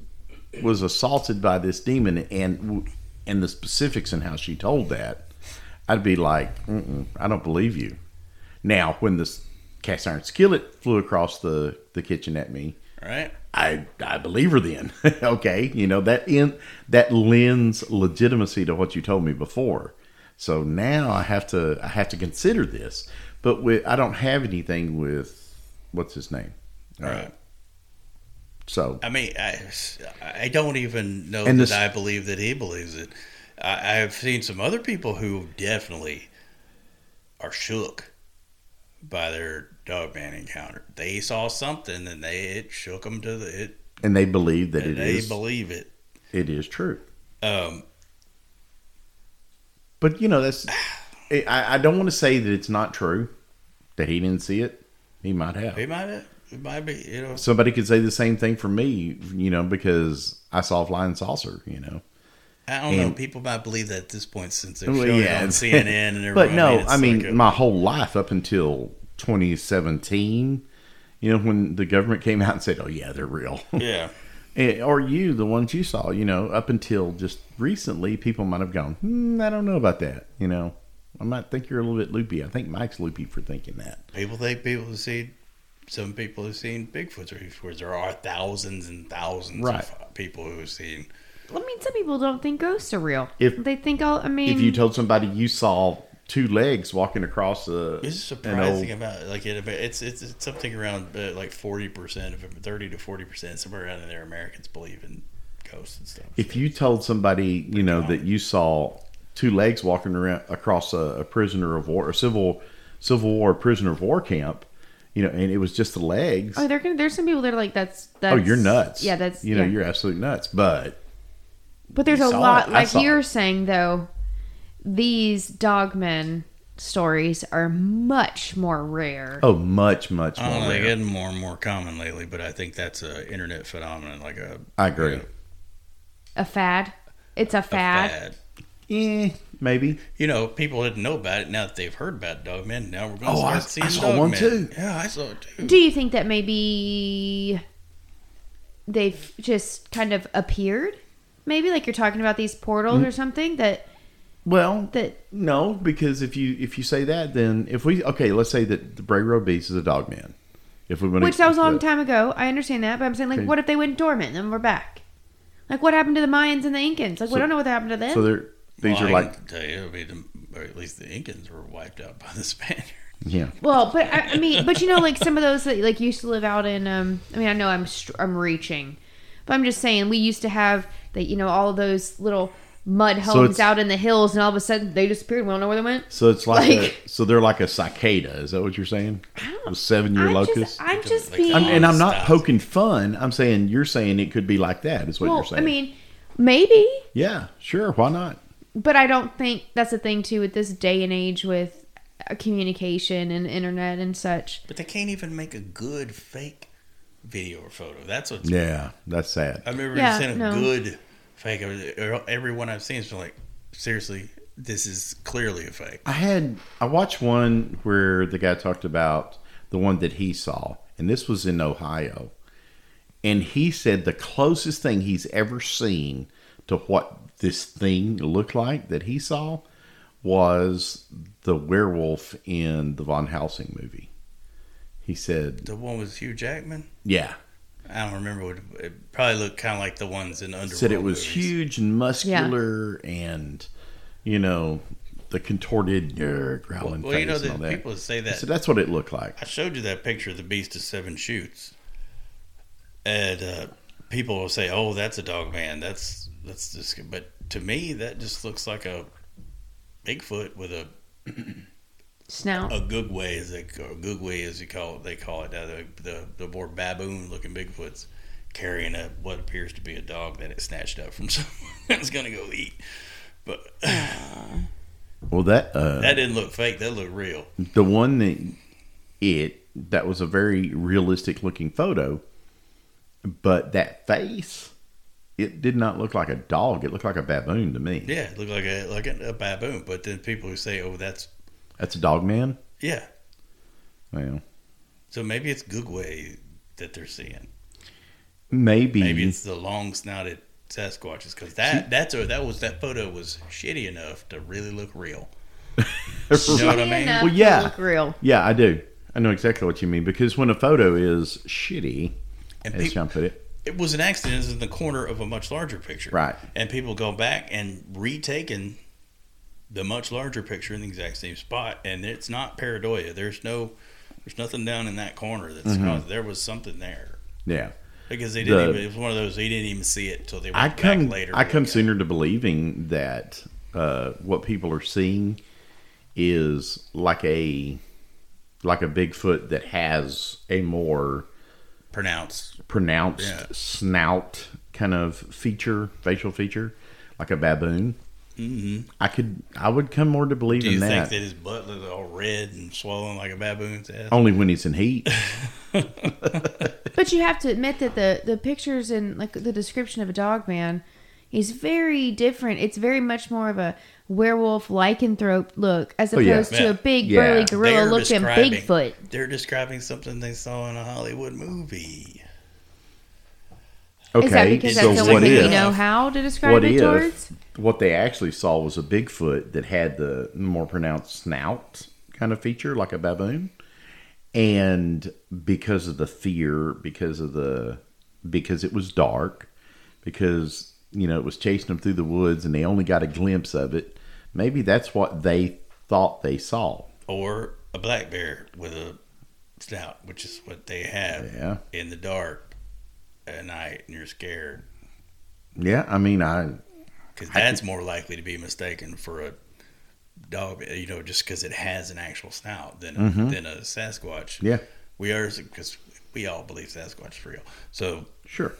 Speaker 2: was assaulted by this demon and and the specifics and how she told that, I'd be like, Mm-mm, I don't believe you. Now, when this cast iron skillet flew across the the kitchen at me,
Speaker 3: Right?
Speaker 2: I I believe her then. okay, you know that in that lends legitimacy to what you told me before. So now I have to I have to consider this, but with, I don't have anything with what's his name. All right.
Speaker 3: Right.
Speaker 2: So
Speaker 3: I mean, I, I don't even know
Speaker 2: And
Speaker 3: that
Speaker 2: this-
Speaker 3: I believe that he believes it. I, I've seen some other people who definitely are shook by their dog man encounter. They saw something and they it shook them to the it.
Speaker 2: and they believe that
Speaker 3: and
Speaker 2: it
Speaker 3: they
Speaker 2: is
Speaker 3: believe it.
Speaker 2: it is true.
Speaker 3: Um,
Speaker 2: But you know that's I, I don't want to say that it's not true that he didn't see it. He might have.
Speaker 3: it might have, it might be you know
Speaker 2: Somebody could say the same thing for me, you know, because I saw a flying saucer. You know.
Speaker 3: I don't know.
Speaker 2: And-
Speaker 3: People might believe that at this point since they're
Speaker 2: Well,
Speaker 3: showing
Speaker 2: yeah,
Speaker 3: it on
Speaker 2: it's-
Speaker 3: CNN and everything.
Speaker 2: But no,
Speaker 3: it's
Speaker 2: I mean,
Speaker 3: like a-
Speaker 2: my whole life up until 2017, you know, when the government came out and said, "Oh yeah, they're real,"
Speaker 3: yeah,
Speaker 2: Eh, or you, the ones you saw, you know, up until just recently, people might have gone, hmm, "I don't know about that," you know. I might think you're a little bit loopy. I think Mike's loopy for thinking that.
Speaker 3: people think people have seen some people have seen Bigfoots or Bigfoots. There are thousands and thousands
Speaker 2: Right.
Speaker 3: of people who have seen.
Speaker 1: I mean, some people don't think ghosts are real.
Speaker 2: If-
Speaker 1: they think all, I mean,
Speaker 2: If
Speaker 3: Mm.
Speaker 2: you told somebody you saw two legs walking across a,
Speaker 3: It's
Speaker 2: an old,
Speaker 3: surprising about like it, but it's it's, it's something around uh, like forty percent of thirty to forty percent somewhere around in there. Americans believe in ghosts and stuff.
Speaker 2: If you told somebody, you know, that you saw two legs walking around across a, a prisoner of war, a civil civil war prisoner of war camp, you know, and it was just the legs.
Speaker 1: Oh, they're gonna, there's some people that are like, that's, that's
Speaker 2: oh, you're nuts.
Speaker 1: Yeah, that's
Speaker 2: you know,
Speaker 1: yeah.
Speaker 2: you're absolutely nuts. But
Speaker 1: But there's
Speaker 2: You
Speaker 1: a
Speaker 2: saw
Speaker 1: lot,
Speaker 2: it. I
Speaker 1: like
Speaker 2: saw
Speaker 1: you're
Speaker 2: it.
Speaker 1: saying though, these dogmen stories are much more rare.
Speaker 2: oh, much much
Speaker 3: I
Speaker 2: more.
Speaker 3: don't know. They're
Speaker 2: rare.
Speaker 3: getting more and more common lately, but I think that's a internet phenomenon, like a,
Speaker 2: I agree.
Speaker 1: A fad. It's a
Speaker 3: a
Speaker 1: fad.
Speaker 3: fad.
Speaker 2: Eh, maybe.
Speaker 3: You know, people didn't know about it. Now that they've heard about Dogmen, now we're going
Speaker 2: Oh,
Speaker 3: to
Speaker 2: I-
Speaker 3: start
Speaker 2: I
Speaker 3: seeing
Speaker 2: saw one
Speaker 3: Dogmen.
Speaker 2: too.
Speaker 3: Yeah, I saw it too.
Speaker 1: Do you think that maybe they've just kind of appeared? Maybe like you're talking about these
Speaker 2: Mm.
Speaker 1: portals or something that
Speaker 2: Well,
Speaker 1: that
Speaker 2: No, because if you if you say that, then if we okay, let's say that the Bray Road Beast is a dog man. If we want,
Speaker 1: which that was a long time ago. I understand that, but I'm saying like,
Speaker 2: Okay.
Speaker 1: what if they went dormant and we're back? Like, what happened to the Mayans and the Incans? Like, we
Speaker 2: So-
Speaker 1: don't know what happened to them.
Speaker 2: So they're these
Speaker 3: Well,
Speaker 2: are
Speaker 3: I
Speaker 2: like
Speaker 3: can tell you, I mean, the- or at least the Incans were wiped out by the Spaniards.
Speaker 2: yeah.
Speaker 1: Well, but I, I mean, but you know, like some of those that like used to live out in. Um, I mean, I know I'm str- I'm reaching, but I'm just saying we used to have that. You know, all of those little mud homes
Speaker 2: it's-
Speaker 1: out in the hills, and all of a sudden they disappeared. We don't know where they went.
Speaker 2: So it's like,
Speaker 1: Like-
Speaker 2: a, so they're like a cicada. Is that what you're saying? A seven year
Speaker 1: I'm
Speaker 2: locust.
Speaker 1: just, I'm just
Speaker 3: Like,
Speaker 1: being.
Speaker 2: I'm, and I'm not
Speaker 3: Stop.
Speaker 2: poking fun. I'm saying you're saying it could be like that. Is what
Speaker 1: well,
Speaker 2: you're
Speaker 1: I
Speaker 2: saying?
Speaker 1: mean, maybe,
Speaker 2: yeah, sure. Why not?
Speaker 1: but I don't think that's the thing too with this day and age with uh, communication and internet and such.
Speaker 3: But they can't even make a good fake video or photo. That's what's.
Speaker 2: Yeah, that's sad.
Speaker 3: I've never
Speaker 1: Yeah,
Speaker 3: seen a
Speaker 1: no.
Speaker 3: good fake. Everyone I've seen has been like, seriously, this is clearly a fake.
Speaker 2: I had I watched one where the guy talked about the one that he saw, and this was in Ohio. And he said the closest thing he's ever seen to what this thing looked like that he saw was the werewolf in the Von Helsing movie. He said,
Speaker 3: The one with Hugh Jackman?
Speaker 2: "Yeah,
Speaker 3: I don't remember what it, it probably looked kind of like the ones in Underworld.
Speaker 2: said it was
Speaker 3: movies.
Speaker 2: huge and muscular, and you know the contorted, uh, growling
Speaker 3: Well,
Speaker 2: face
Speaker 3: you know,
Speaker 2: and all
Speaker 3: that
Speaker 2: that."
Speaker 3: people say that.
Speaker 2: so that's what it looked like.
Speaker 3: I showed you that picture of the Beast of Seven Shoots, and uh, people will say, "Oh, that's a dog man. That's that's just." But to me, that just looks like a Bigfoot with a
Speaker 1: Snout.
Speaker 3: a googway, as they or googway as you call it. They call it now, the the, the more baboon looking Bigfoots carrying a what appears to be a dog that it snatched up from someone that's going to go eat. But
Speaker 2: Well, that uh,
Speaker 3: that didn't look fake. That looked real.
Speaker 2: the one that it that was a very realistic looking photo but that face it did not look like a dog it looked like a baboon to me
Speaker 3: Yeah, it looked like a like a, a baboon. But then people who say, "Oh, that's
Speaker 2: that's a dog man
Speaker 3: yeah,"
Speaker 2: well
Speaker 3: so maybe it's Googway that they're seeing.
Speaker 2: maybe,
Speaker 3: Maybe it's the long snouted Sasquatches because that that's a, that was that photo was shitty enough to really look real. You know what I mean?
Speaker 1: Enough
Speaker 2: Well,
Speaker 1: to
Speaker 2: yeah.
Speaker 1: uh, look real.
Speaker 2: yeah i do i know exactly what you mean because when a photo is shitty
Speaker 3: And
Speaker 2: as
Speaker 3: peop-
Speaker 2: john put it
Speaker 3: it was an accident. It was in the corner of a much larger picture,
Speaker 2: Right.
Speaker 3: And people go back and retaking the much larger picture in the exact same spot, and it's not pareidolia. There's no, there's nothing down in that corner that's caused. There was something there.
Speaker 2: yeah
Speaker 3: Because they didn't
Speaker 2: Mm-hmm. The-
Speaker 3: even, it was one of those, they didn't even see it until they went
Speaker 2: I come
Speaker 3: back later.
Speaker 2: I come sooner to believing that uh, what people are seeing is like a like a Bigfoot that has a more
Speaker 3: Pronounce.
Speaker 2: pronounced
Speaker 3: Yeah.
Speaker 2: snout kind of feature, facial feature, like a baboon. Mm-hmm. I could I would come more to believe
Speaker 3: Do
Speaker 2: in
Speaker 3: you
Speaker 2: that,
Speaker 3: think that his butt looks all red and swollen like a baboon's ass?
Speaker 2: only when he's in heat.
Speaker 1: But you have to admit that the the pictures and like the description of a dog man is very different. It's very much more of a werewolf lycanthrope look as
Speaker 2: Oh, yeah.
Speaker 1: opposed to
Speaker 3: Yeah.
Speaker 1: a big
Speaker 2: Yeah.
Speaker 1: burly gorilla looking Bigfoot.
Speaker 3: They're describing something they saw in a Hollywood movie.
Speaker 2: Okay,
Speaker 1: Is that because
Speaker 2: so
Speaker 1: that's the
Speaker 2: what
Speaker 1: only thing
Speaker 2: if
Speaker 1: we know how to describe
Speaker 2: what
Speaker 1: it
Speaker 2: if
Speaker 1: towards?
Speaker 2: what they actually saw was a Bigfoot that had the more pronounced snout kind of feature, like a baboon, and because of the fear, because of the because it was dark, because you know it was chasing them through the woods, and they only got a glimpse of it. Maybe that's what they thought they saw.
Speaker 3: Or a black bear with a snout, which is what they have
Speaker 2: Yeah.
Speaker 3: in the dark at night and you're scared.
Speaker 2: Yeah, I mean, I
Speaker 3: because that's more likely to be mistaken for a dog. You know, just because it has an actual snout than a, than a Sasquatch.
Speaker 2: Mm-hmm. yeah,
Speaker 3: we are because we all believe Sasquatch is real. So
Speaker 2: sure.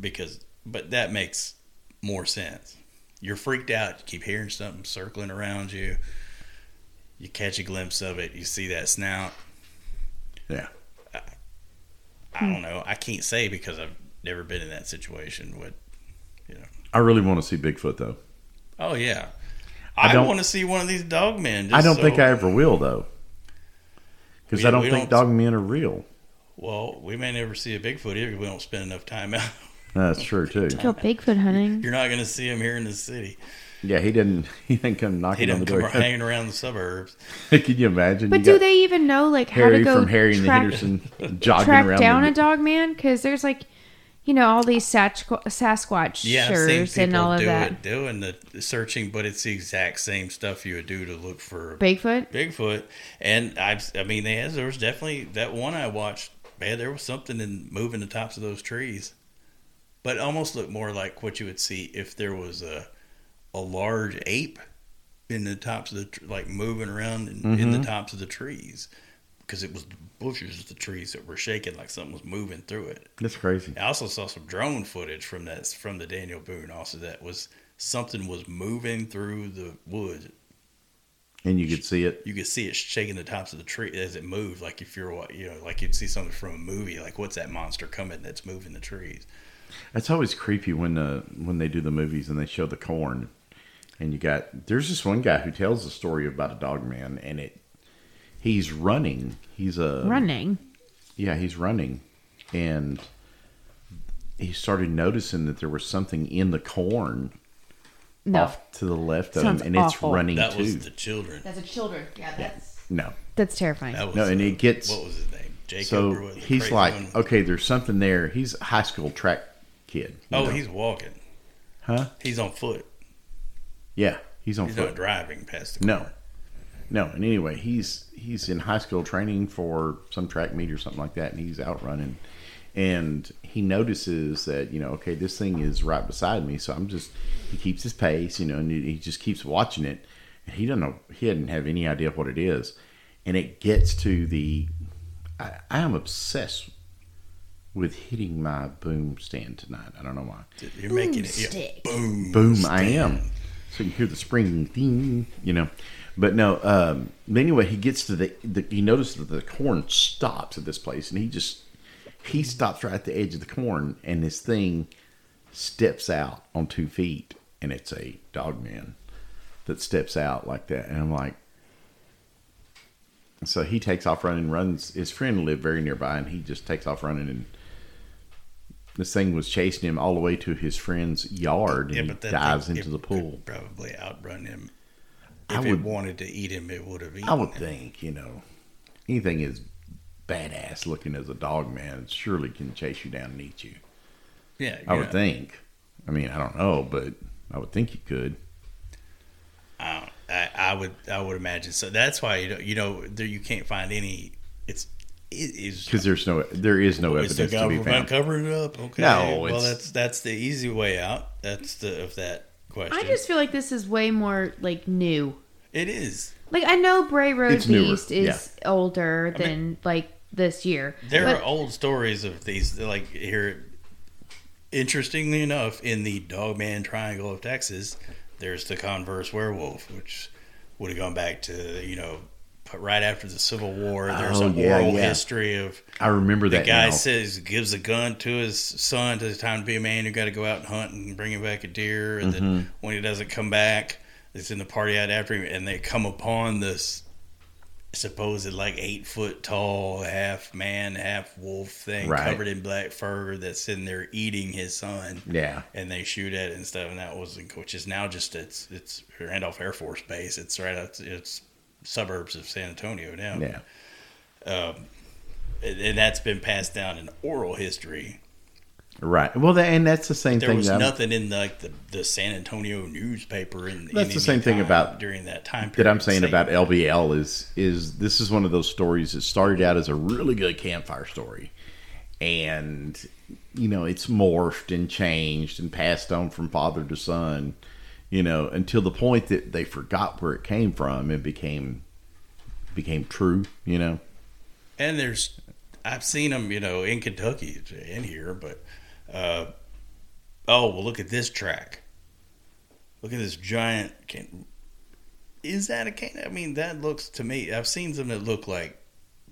Speaker 3: because but that makes more sense. You're freaked out. You keep hearing something circling around you. You catch a glimpse of it. You see that snout.
Speaker 2: Yeah.
Speaker 3: I
Speaker 2: Hmm.
Speaker 3: don't know. I can't say because I've never been in that situation. With
Speaker 2: I really want to see Bigfoot though.
Speaker 3: oh yeah,
Speaker 2: I
Speaker 3: I,
Speaker 2: don't-
Speaker 3: want to see one of these dog men.
Speaker 2: I don't
Speaker 3: so-
Speaker 2: think I ever will though. Because
Speaker 3: We-
Speaker 2: I don't
Speaker 3: we
Speaker 2: think
Speaker 3: don't-
Speaker 2: dog men are real.
Speaker 3: Well, we may never see a Bigfoot either. if We don't spend enough time out.
Speaker 2: No, That's true too.
Speaker 1: Go Bigfoot hunting.
Speaker 3: You're not going to see him here in the city.
Speaker 2: Yeah, he didn't. He didn't come
Speaker 3: He
Speaker 2: knocking on
Speaker 3: doesn't
Speaker 2: the
Speaker 3: come
Speaker 2: door.
Speaker 3: hanging around the suburbs.
Speaker 2: Can you imagine?
Speaker 1: But
Speaker 2: You
Speaker 1: do
Speaker 2: got
Speaker 1: they even know like how
Speaker 2: Harry
Speaker 1: to go
Speaker 2: from Harry and the
Speaker 1: track,
Speaker 2: Henderson jogging
Speaker 1: track
Speaker 2: around?
Speaker 1: down
Speaker 2: the,
Speaker 1: a dog man? Because there's like, you know, all these Sasqu- Sasquatch
Speaker 3: Yeah, I've seen people
Speaker 1: and all of
Speaker 3: do
Speaker 1: that.
Speaker 3: it, doing the the searching, but it's the exact same stuff you would do to look for
Speaker 1: Bigfoot.
Speaker 3: Bigfoot. And I, have I mean, they has there was definitely that one I watched. Man, there was something in moving the tops of those trees, but it almost looked more like what you would see if there was a a large ape in the tops of the tr- like moving around in, in the tops of the trees because it was the bushes of the trees that were shaking like something was moving through it.
Speaker 2: That's crazy.
Speaker 3: I also saw some drone footage from that from the Daniel Boone. Also, that was something was moving through the woods.
Speaker 2: And you could see it.
Speaker 3: You could see it shaking the tops of the tree as it moved. Like if you're, wa- you know, like you'd see something from a movie. Like what's that monster coming that's moving the trees?
Speaker 2: That's always creepy when uh, when they do the movies and they show the corn, and you got there's this one guy who tells the story about a dog man, and it he's running. He's a
Speaker 1: Running.
Speaker 2: yeah, he's running, and he started noticing that there was something in the corn
Speaker 1: No.
Speaker 2: off to the left of
Speaker 1: Sounds
Speaker 2: him, and
Speaker 1: awful.
Speaker 2: it's running
Speaker 3: That
Speaker 2: too.
Speaker 3: was the children.
Speaker 1: That's a children. Yeah, that's
Speaker 2: no,
Speaker 1: that's terrifying.
Speaker 3: That was
Speaker 2: No, and
Speaker 3: uh,
Speaker 2: it gets-
Speaker 3: what was his name? Jacob. or
Speaker 2: so
Speaker 3: what, the
Speaker 2: he's
Speaker 3: crazy
Speaker 2: like,
Speaker 3: one?
Speaker 2: okay, there's something there. He's a high school track kid. you
Speaker 3: oh,
Speaker 2: know.
Speaker 3: he's walking.
Speaker 2: Huh?
Speaker 3: He's on foot.
Speaker 2: yeah, he's on
Speaker 3: He's
Speaker 2: foot.
Speaker 3: not driving past the.
Speaker 2: No,
Speaker 3: car.
Speaker 2: no. And anyway, he's he's in high school training for some track meet or something like that, and he's out running, and he notices that you know, okay, this thing is right beside me, so I'm just he keeps his pace, you know, and he just keeps watching it, and he doesn't know he doesn't have any idea what it is, and it gets to the I, I am obsessed with hitting my boom stand tonight. I don't know why.
Speaker 3: You're making it. Yeah.
Speaker 1: Stick.
Speaker 3: Boom.
Speaker 2: Boom, I am. So you hear the spring ding, you know. But no, um, but anyway, he gets to the, the he notices that the corn stops at this place, and he just he stops right at the edge of the corn, and this thing steps out on two feet, and it's a dog man that steps out like that, and I'm like. So he takes off running, runs. His friend lived very nearby, and he just takes off running. And this thing was chasing him all the way to his friend's yard,
Speaker 3: Yeah,
Speaker 2: and
Speaker 3: but
Speaker 2: he
Speaker 3: that
Speaker 2: dives
Speaker 3: thing-
Speaker 2: into
Speaker 3: it
Speaker 2: the pool.
Speaker 3: Could probably outrun him.
Speaker 2: I
Speaker 3: If it
Speaker 2: would-
Speaker 3: wanted to eat him, it would have eaten.
Speaker 2: I would
Speaker 3: him.
Speaker 2: think, you know, anything as badass looking as a dog man surely can chase you down and eat you.
Speaker 3: Yeah,
Speaker 2: I would
Speaker 3: yeah.
Speaker 2: think. I mean, I don't know, but I would think you could.
Speaker 3: I, don't- I, I would. I would imagine. So that's why you know, you know there, you can't find any. It's it is
Speaker 2: Because there's no, there is no
Speaker 3: It's the
Speaker 2: evidence to be
Speaker 3: government
Speaker 2: found.
Speaker 3: covering it up. Okay.
Speaker 2: No,
Speaker 3: well,
Speaker 2: it's-
Speaker 3: that's that's the easy way out. That's the of that question.
Speaker 1: I just feel like this is way more like new.
Speaker 3: it is.
Speaker 1: Like I know Bray Road
Speaker 2: It's newer,
Speaker 1: Beast is older than like this year.
Speaker 3: There
Speaker 1: but
Speaker 3: are old stories of these. Like here, interestingly enough, in the Dogman Triangle of Texas, there's the Converse werewolf, which would have gone back to you know right after the Civil War. There's
Speaker 2: Oh,
Speaker 3: an
Speaker 2: yeah,
Speaker 3: oral
Speaker 2: yeah.
Speaker 3: history of
Speaker 2: I remember
Speaker 3: the
Speaker 2: that
Speaker 3: guy
Speaker 2: now.
Speaker 3: says gives a gun to his son to the time to be a man you got to go out and hunt and bring him back a deer and
Speaker 2: Mm-hmm.
Speaker 3: then when he doesn't come back it's in the party out after him and they come upon this supposed like eight foot tall half man half wolf thing
Speaker 2: Right.
Speaker 3: covered in black fur that's sitting there eating his son
Speaker 2: yeah,
Speaker 3: and they shoot at it and stuff and that was in which is now just it's it's randolph air force base it's right out it's suburbs of san antonio now
Speaker 2: yeah.
Speaker 3: and and that's been passed down in oral history
Speaker 2: Right. Well, that, and that's the same
Speaker 3: there
Speaker 2: thing.
Speaker 3: was
Speaker 2: that I'm-
Speaker 3: nothing in like the, the San Antonio newspaper. In, in
Speaker 2: That's the
Speaker 3: any
Speaker 2: same thing
Speaker 3: time
Speaker 2: about-
Speaker 3: during that time
Speaker 2: that
Speaker 3: period.
Speaker 2: I'm saying
Speaker 3: Same-
Speaker 2: about LBL is is this is one of those stories that started out as a really good campfire story, and you know it's morphed and changed and passed on from father to son you know until the point that they forgot where it came from and became became true you know
Speaker 3: And there's, I've seen them, you know, in Kentucky, in here, but, uh, oh, well, look at this track. Look at this giant. Can, is that a can? I mean, that looks to me. I've seen some that look like,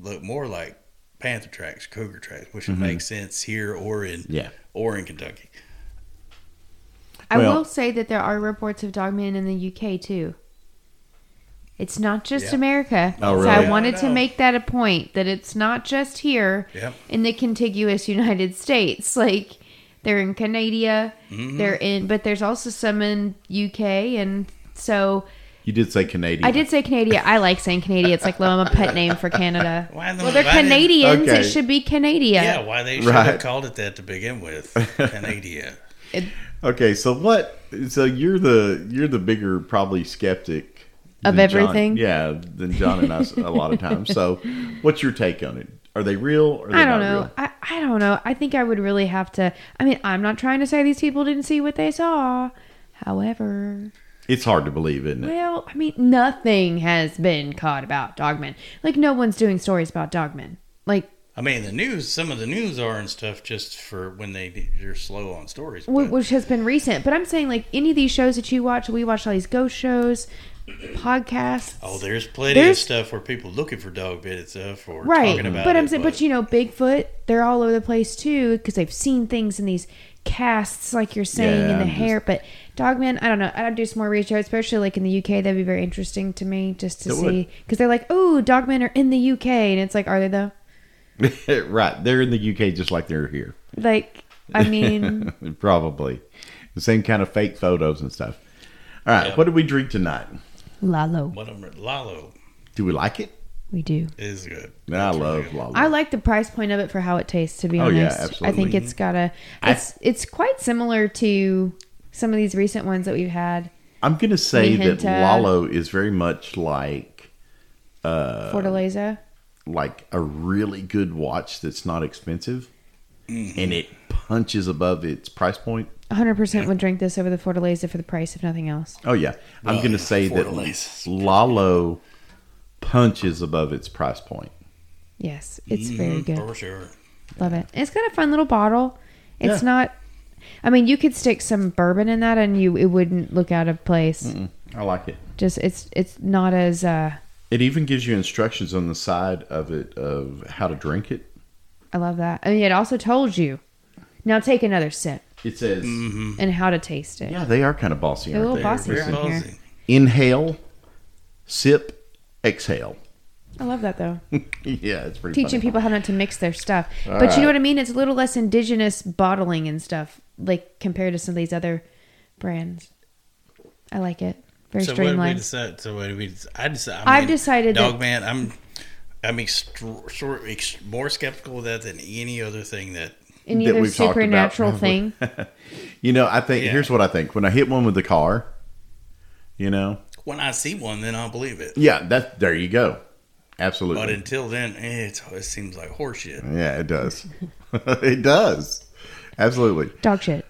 Speaker 3: look more like panther tracks, cougar tracks, which would make sense here or in,
Speaker 2: Mm-hmm. Yeah.
Speaker 3: or in Kentucky.
Speaker 1: I
Speaker 2: Well-
Speaker 1: will say that there are reports of dogmen in the UK too. It's not just
Speaker 3: Yeah.
Speaker 1: America.
Speaker 2: Oh,
Speaker 1: So I
Speaker 2: really?
Speaker 1: wanted
Speaker 3: Yeah, I
Speaker 1: to
Speaker 3: know.
Speaker 1: make that a point that it's not just here
Speaker 3: Yep.
Speaker 1: in the contiguous United States. Like they're in Canada,
Speaker 3: Mm-hmm.
Speaker 1: they're in, but there's also some in UK, and so
Speaker 2: you did say canadian
Speaker 1: I did say Canada. I like saying Canada. It's like well, I'm a pet name for Canada.
Speaker 3: Why in the-
Speaker 1: well, they're
Speaker 3: why didn't-
Speaker 1: Canadians. It
Speaker 2: Okay.
Speaker 1: should be Canada.
Speaker 3: Yeah, why they should
Speaker 2: Right.
Speaker 3: have called it that to begin with, Canada.
Speaker 2: okay so what so you're the you're the bigger probably skeptic
Speaker 1: Of
Speaker 2: than John-
Speaker 1: everything?
Speaker 2: yeah than john and i s- a lot of times so what's your take on it are they real or are they
Speaker 1: I don't
Speaker 2: not
Speaker 1: know.
Speaker 2: real?
Speaker 1: I, I don't know. I think I would really have to. I mean, I'm not trying to say these people didn't see what they saw. However,
Speaker 2: it's hard to believe isn't it
Speaker 1: well, I mean, nothing has been caught about dogmen. Like, no one's doing stories about dogmen. Like,
Speaker 3: I mean, the news, some of the news are and stuff just for when they, you're slow on stories.
Speaker 1: wh-
Speaker 3: but-
Speaker 1: which has been recent. But I'm saying, like, any of these shows that you watch, we watch all these ghost shows, podcasts.
Speaker 3: Oh, there's plenty
Speaker 1: There's-
Speaker 3: of stuff where people looking for dog bit and stuff or
Speaker 1: right.
Speaker 3: talking about
Speaker 1: but
Speaker 3: it.
Speaker 1: I'm saying, but you know, Bigfoot, they're all over the place too because they've seen things in these casts, like you're saying, in
Speaker 2: Yeah,
Speaker 1: the
Speaker 2: I'm
Speaker 1: hair. But Dogman, I don't know. I'd do some more research, especially like in the UK. That'd be very interesting to me just to
Speaker 2: It would.
Speaker 1: see because they're like, oh, Dogmen are in the UK, and it's like, are they though?
Speaker 2: right they're in the uk just like they're here
Speaker 1: Like, I mean,
Speaker 2: Probably. The same kind of fake photos and stuff. All right,
Speaker 3: Yeah.
Speaker 2: what did we drink tonight?
Speaker 1: Lalo,
Speaker 3: what I'm, Lalo
Speaker 2: Do we like it?
Speaker 1: we do.
Speaker 3: is good.
Speaker 2: I
Speaker 3: That's really
Speaker 2: love
Speaker 3: good.
Speaker 2: Lala.
Speaker 1: I like the price point of it for how it tastes. To be
Speaker 2: Oh,
Speaker 1: honest,
Speaker 2: yeah,
Speaker 1: I
Speaker 2: absolutely.
Speaker 1: think it's got a.
Speaker 2: I-
Speaker 1: It's it's quite similar to some of these recent ones that we've had.
Speaker 2: I'm going to say that
Speaker 1: Mijinta.
Speaker 2: Lalo is very much like Uh,
Speaker 1: Fortaleza.
Speaker 2: like a really good watch that's not expensive and it punches above its price point.
Speaker 1: 100% would drink this over the Fortaleza for the price, if nothing else.
Speaker 2: Oh yeah. I'm
Speaker 3: Well,
Speaker 2: going to say that
Speaker 3: Fortaleza.
Speaker 2: Lalo punches above its price point.
Speaker 1: Yes, it's very good.
Speaker 3: Mm-hmm, For sure.
Speaker 1: Love it. It's got a fun little bottle. It's
Speaker 2: Yeah.
Speaker 1: not. I mean, you could stick some bourbon in that, and you it wouldn't look out of place.
Speaker 2: I like it.
Speaker 1: Just it's it's not as uh,
Speaker 2: It even gives you instructions on the side of it of how to drink it.
Speaker 1: I love that. I mean, it also told you now take another sip
Speaker 2: It says,
Speaker 1: and how to taste it.
Speaker 2: yeah, they are kind of bossy,
Speaker 1: They're a
Speaker 2: aren't
Speaker 1: little
Speaker 2: they?
Speaker 1: bossy.
Speaker 3: Very
Speaker 1: It's in here.
Speaker 3: ballsy.
Speaker 2: inhale, sip, exhale.
Speaker 1: I love that though.
Speaker 2: yeah, it's pretty
Speaker 1: Teaching
Speaker 2: funny.
Speaker 1: people how not to mix their stuff, but you know what I mean. It's a little less indigenous bottling and stuff, like compared to some of these other brands. I like it. Very
Speaker 3: So what did we
Speaker 1: streamlined.
Speaker 3: decide? So what did we decide? I decided,
Speaker 1: I've decided that-
Speaker 3: dog man. I'm I'm extro- sort of ex- more skeptical of that than any other thing that
Speaker 1: any
Speaker 2: that
Speaker 1: other
Speaker 2: we've talked about.
Speaker 1: supernatural thing.
Speaker 2: You know, I think
Speaker 3: Yeah.
Speaker 2: here's what I think. When I hit one with the car, you know,
Speaker 3: when I see one, then I'll believe it.
Speaker 2: yeah, that there you go. Absolutely.
Speaker 3: But until then, eh, it's, it seems like horseshit.
Speaker 2: yeah, it does. it does. Absolutely.
Speaker 1: Dog shit.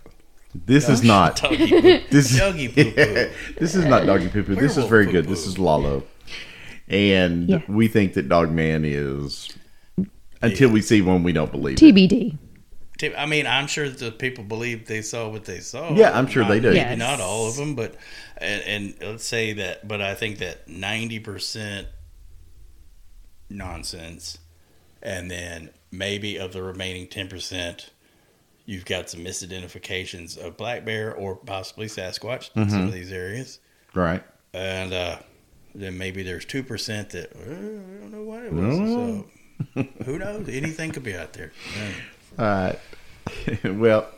Speaker 2: This is not
Speaker 3: Doggy poo-
Speaker 2: this is
Speaker 3: doggy poo poo.
Speaker 2: this is not doggy poo poo. This is
Speaker 3: Werewolf
Speaker 2: very good.
Speaker 3: poo-poo.
Speaker 2: This is Lalo. And
Speaker 1: Yeah.
Speaker 2: we think that Dog Man is until we see one we don't believe. it.
Speaker 1: TBD.
Speaker 3: Tim, I mean, I'm sure that the people believe they saw what they saw.
Speaker 2: Yeah, I'm sure
Speaker 3: Not-
Speaker 2: they do.
Speaker 3: Maybe
Speaker 1: Yes.
Speaker 3: not all of them, but and, and let's say that. But I think that 90 percent nonsense, and then maybe of the remaining 10 percent, you've got some misidentifications of black bear or possibly Sasquatch in
Speaker 2: Mm-hmm.
Speaker 3: some of these areas,
Speaker 2: Right.
Speaker 3: and uh, then maybe there's two percent that "Uh, I don't know what it was. So, who knows? Anything could be out there. Yeah.
Speaker 2: Uh, well,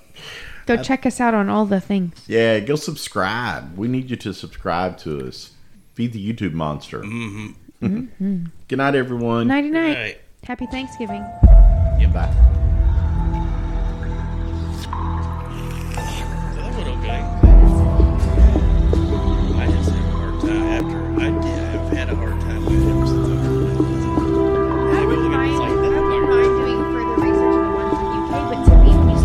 Speaker 1: Go check us out on all the things.
Speaker 2: Yeah, go subscribe. We need you to subscribe to us. Feed the YouTube monster. Mm-hmm. Good night, everyone.
Speaker 1: Nighty night.
Speaker 3: All right.
Speaker 1: Happy Thanksgiving.
Speaker 2: Bye.
Speaker 3: That went okay. I just had a hard time after. I did. I've had a hard time with it ever since I heard it. I
Speaker 1: I
Speaker 3: really
Speaker 1: wouldn't
Speaker 3: think
Speaker 1: mind,
Speaker 3: it's like that.
Speaker 1: I wouldn't mind doing further research on the ones that you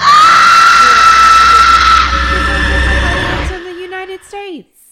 Speaker 3: Ah!
Speaker 1: States.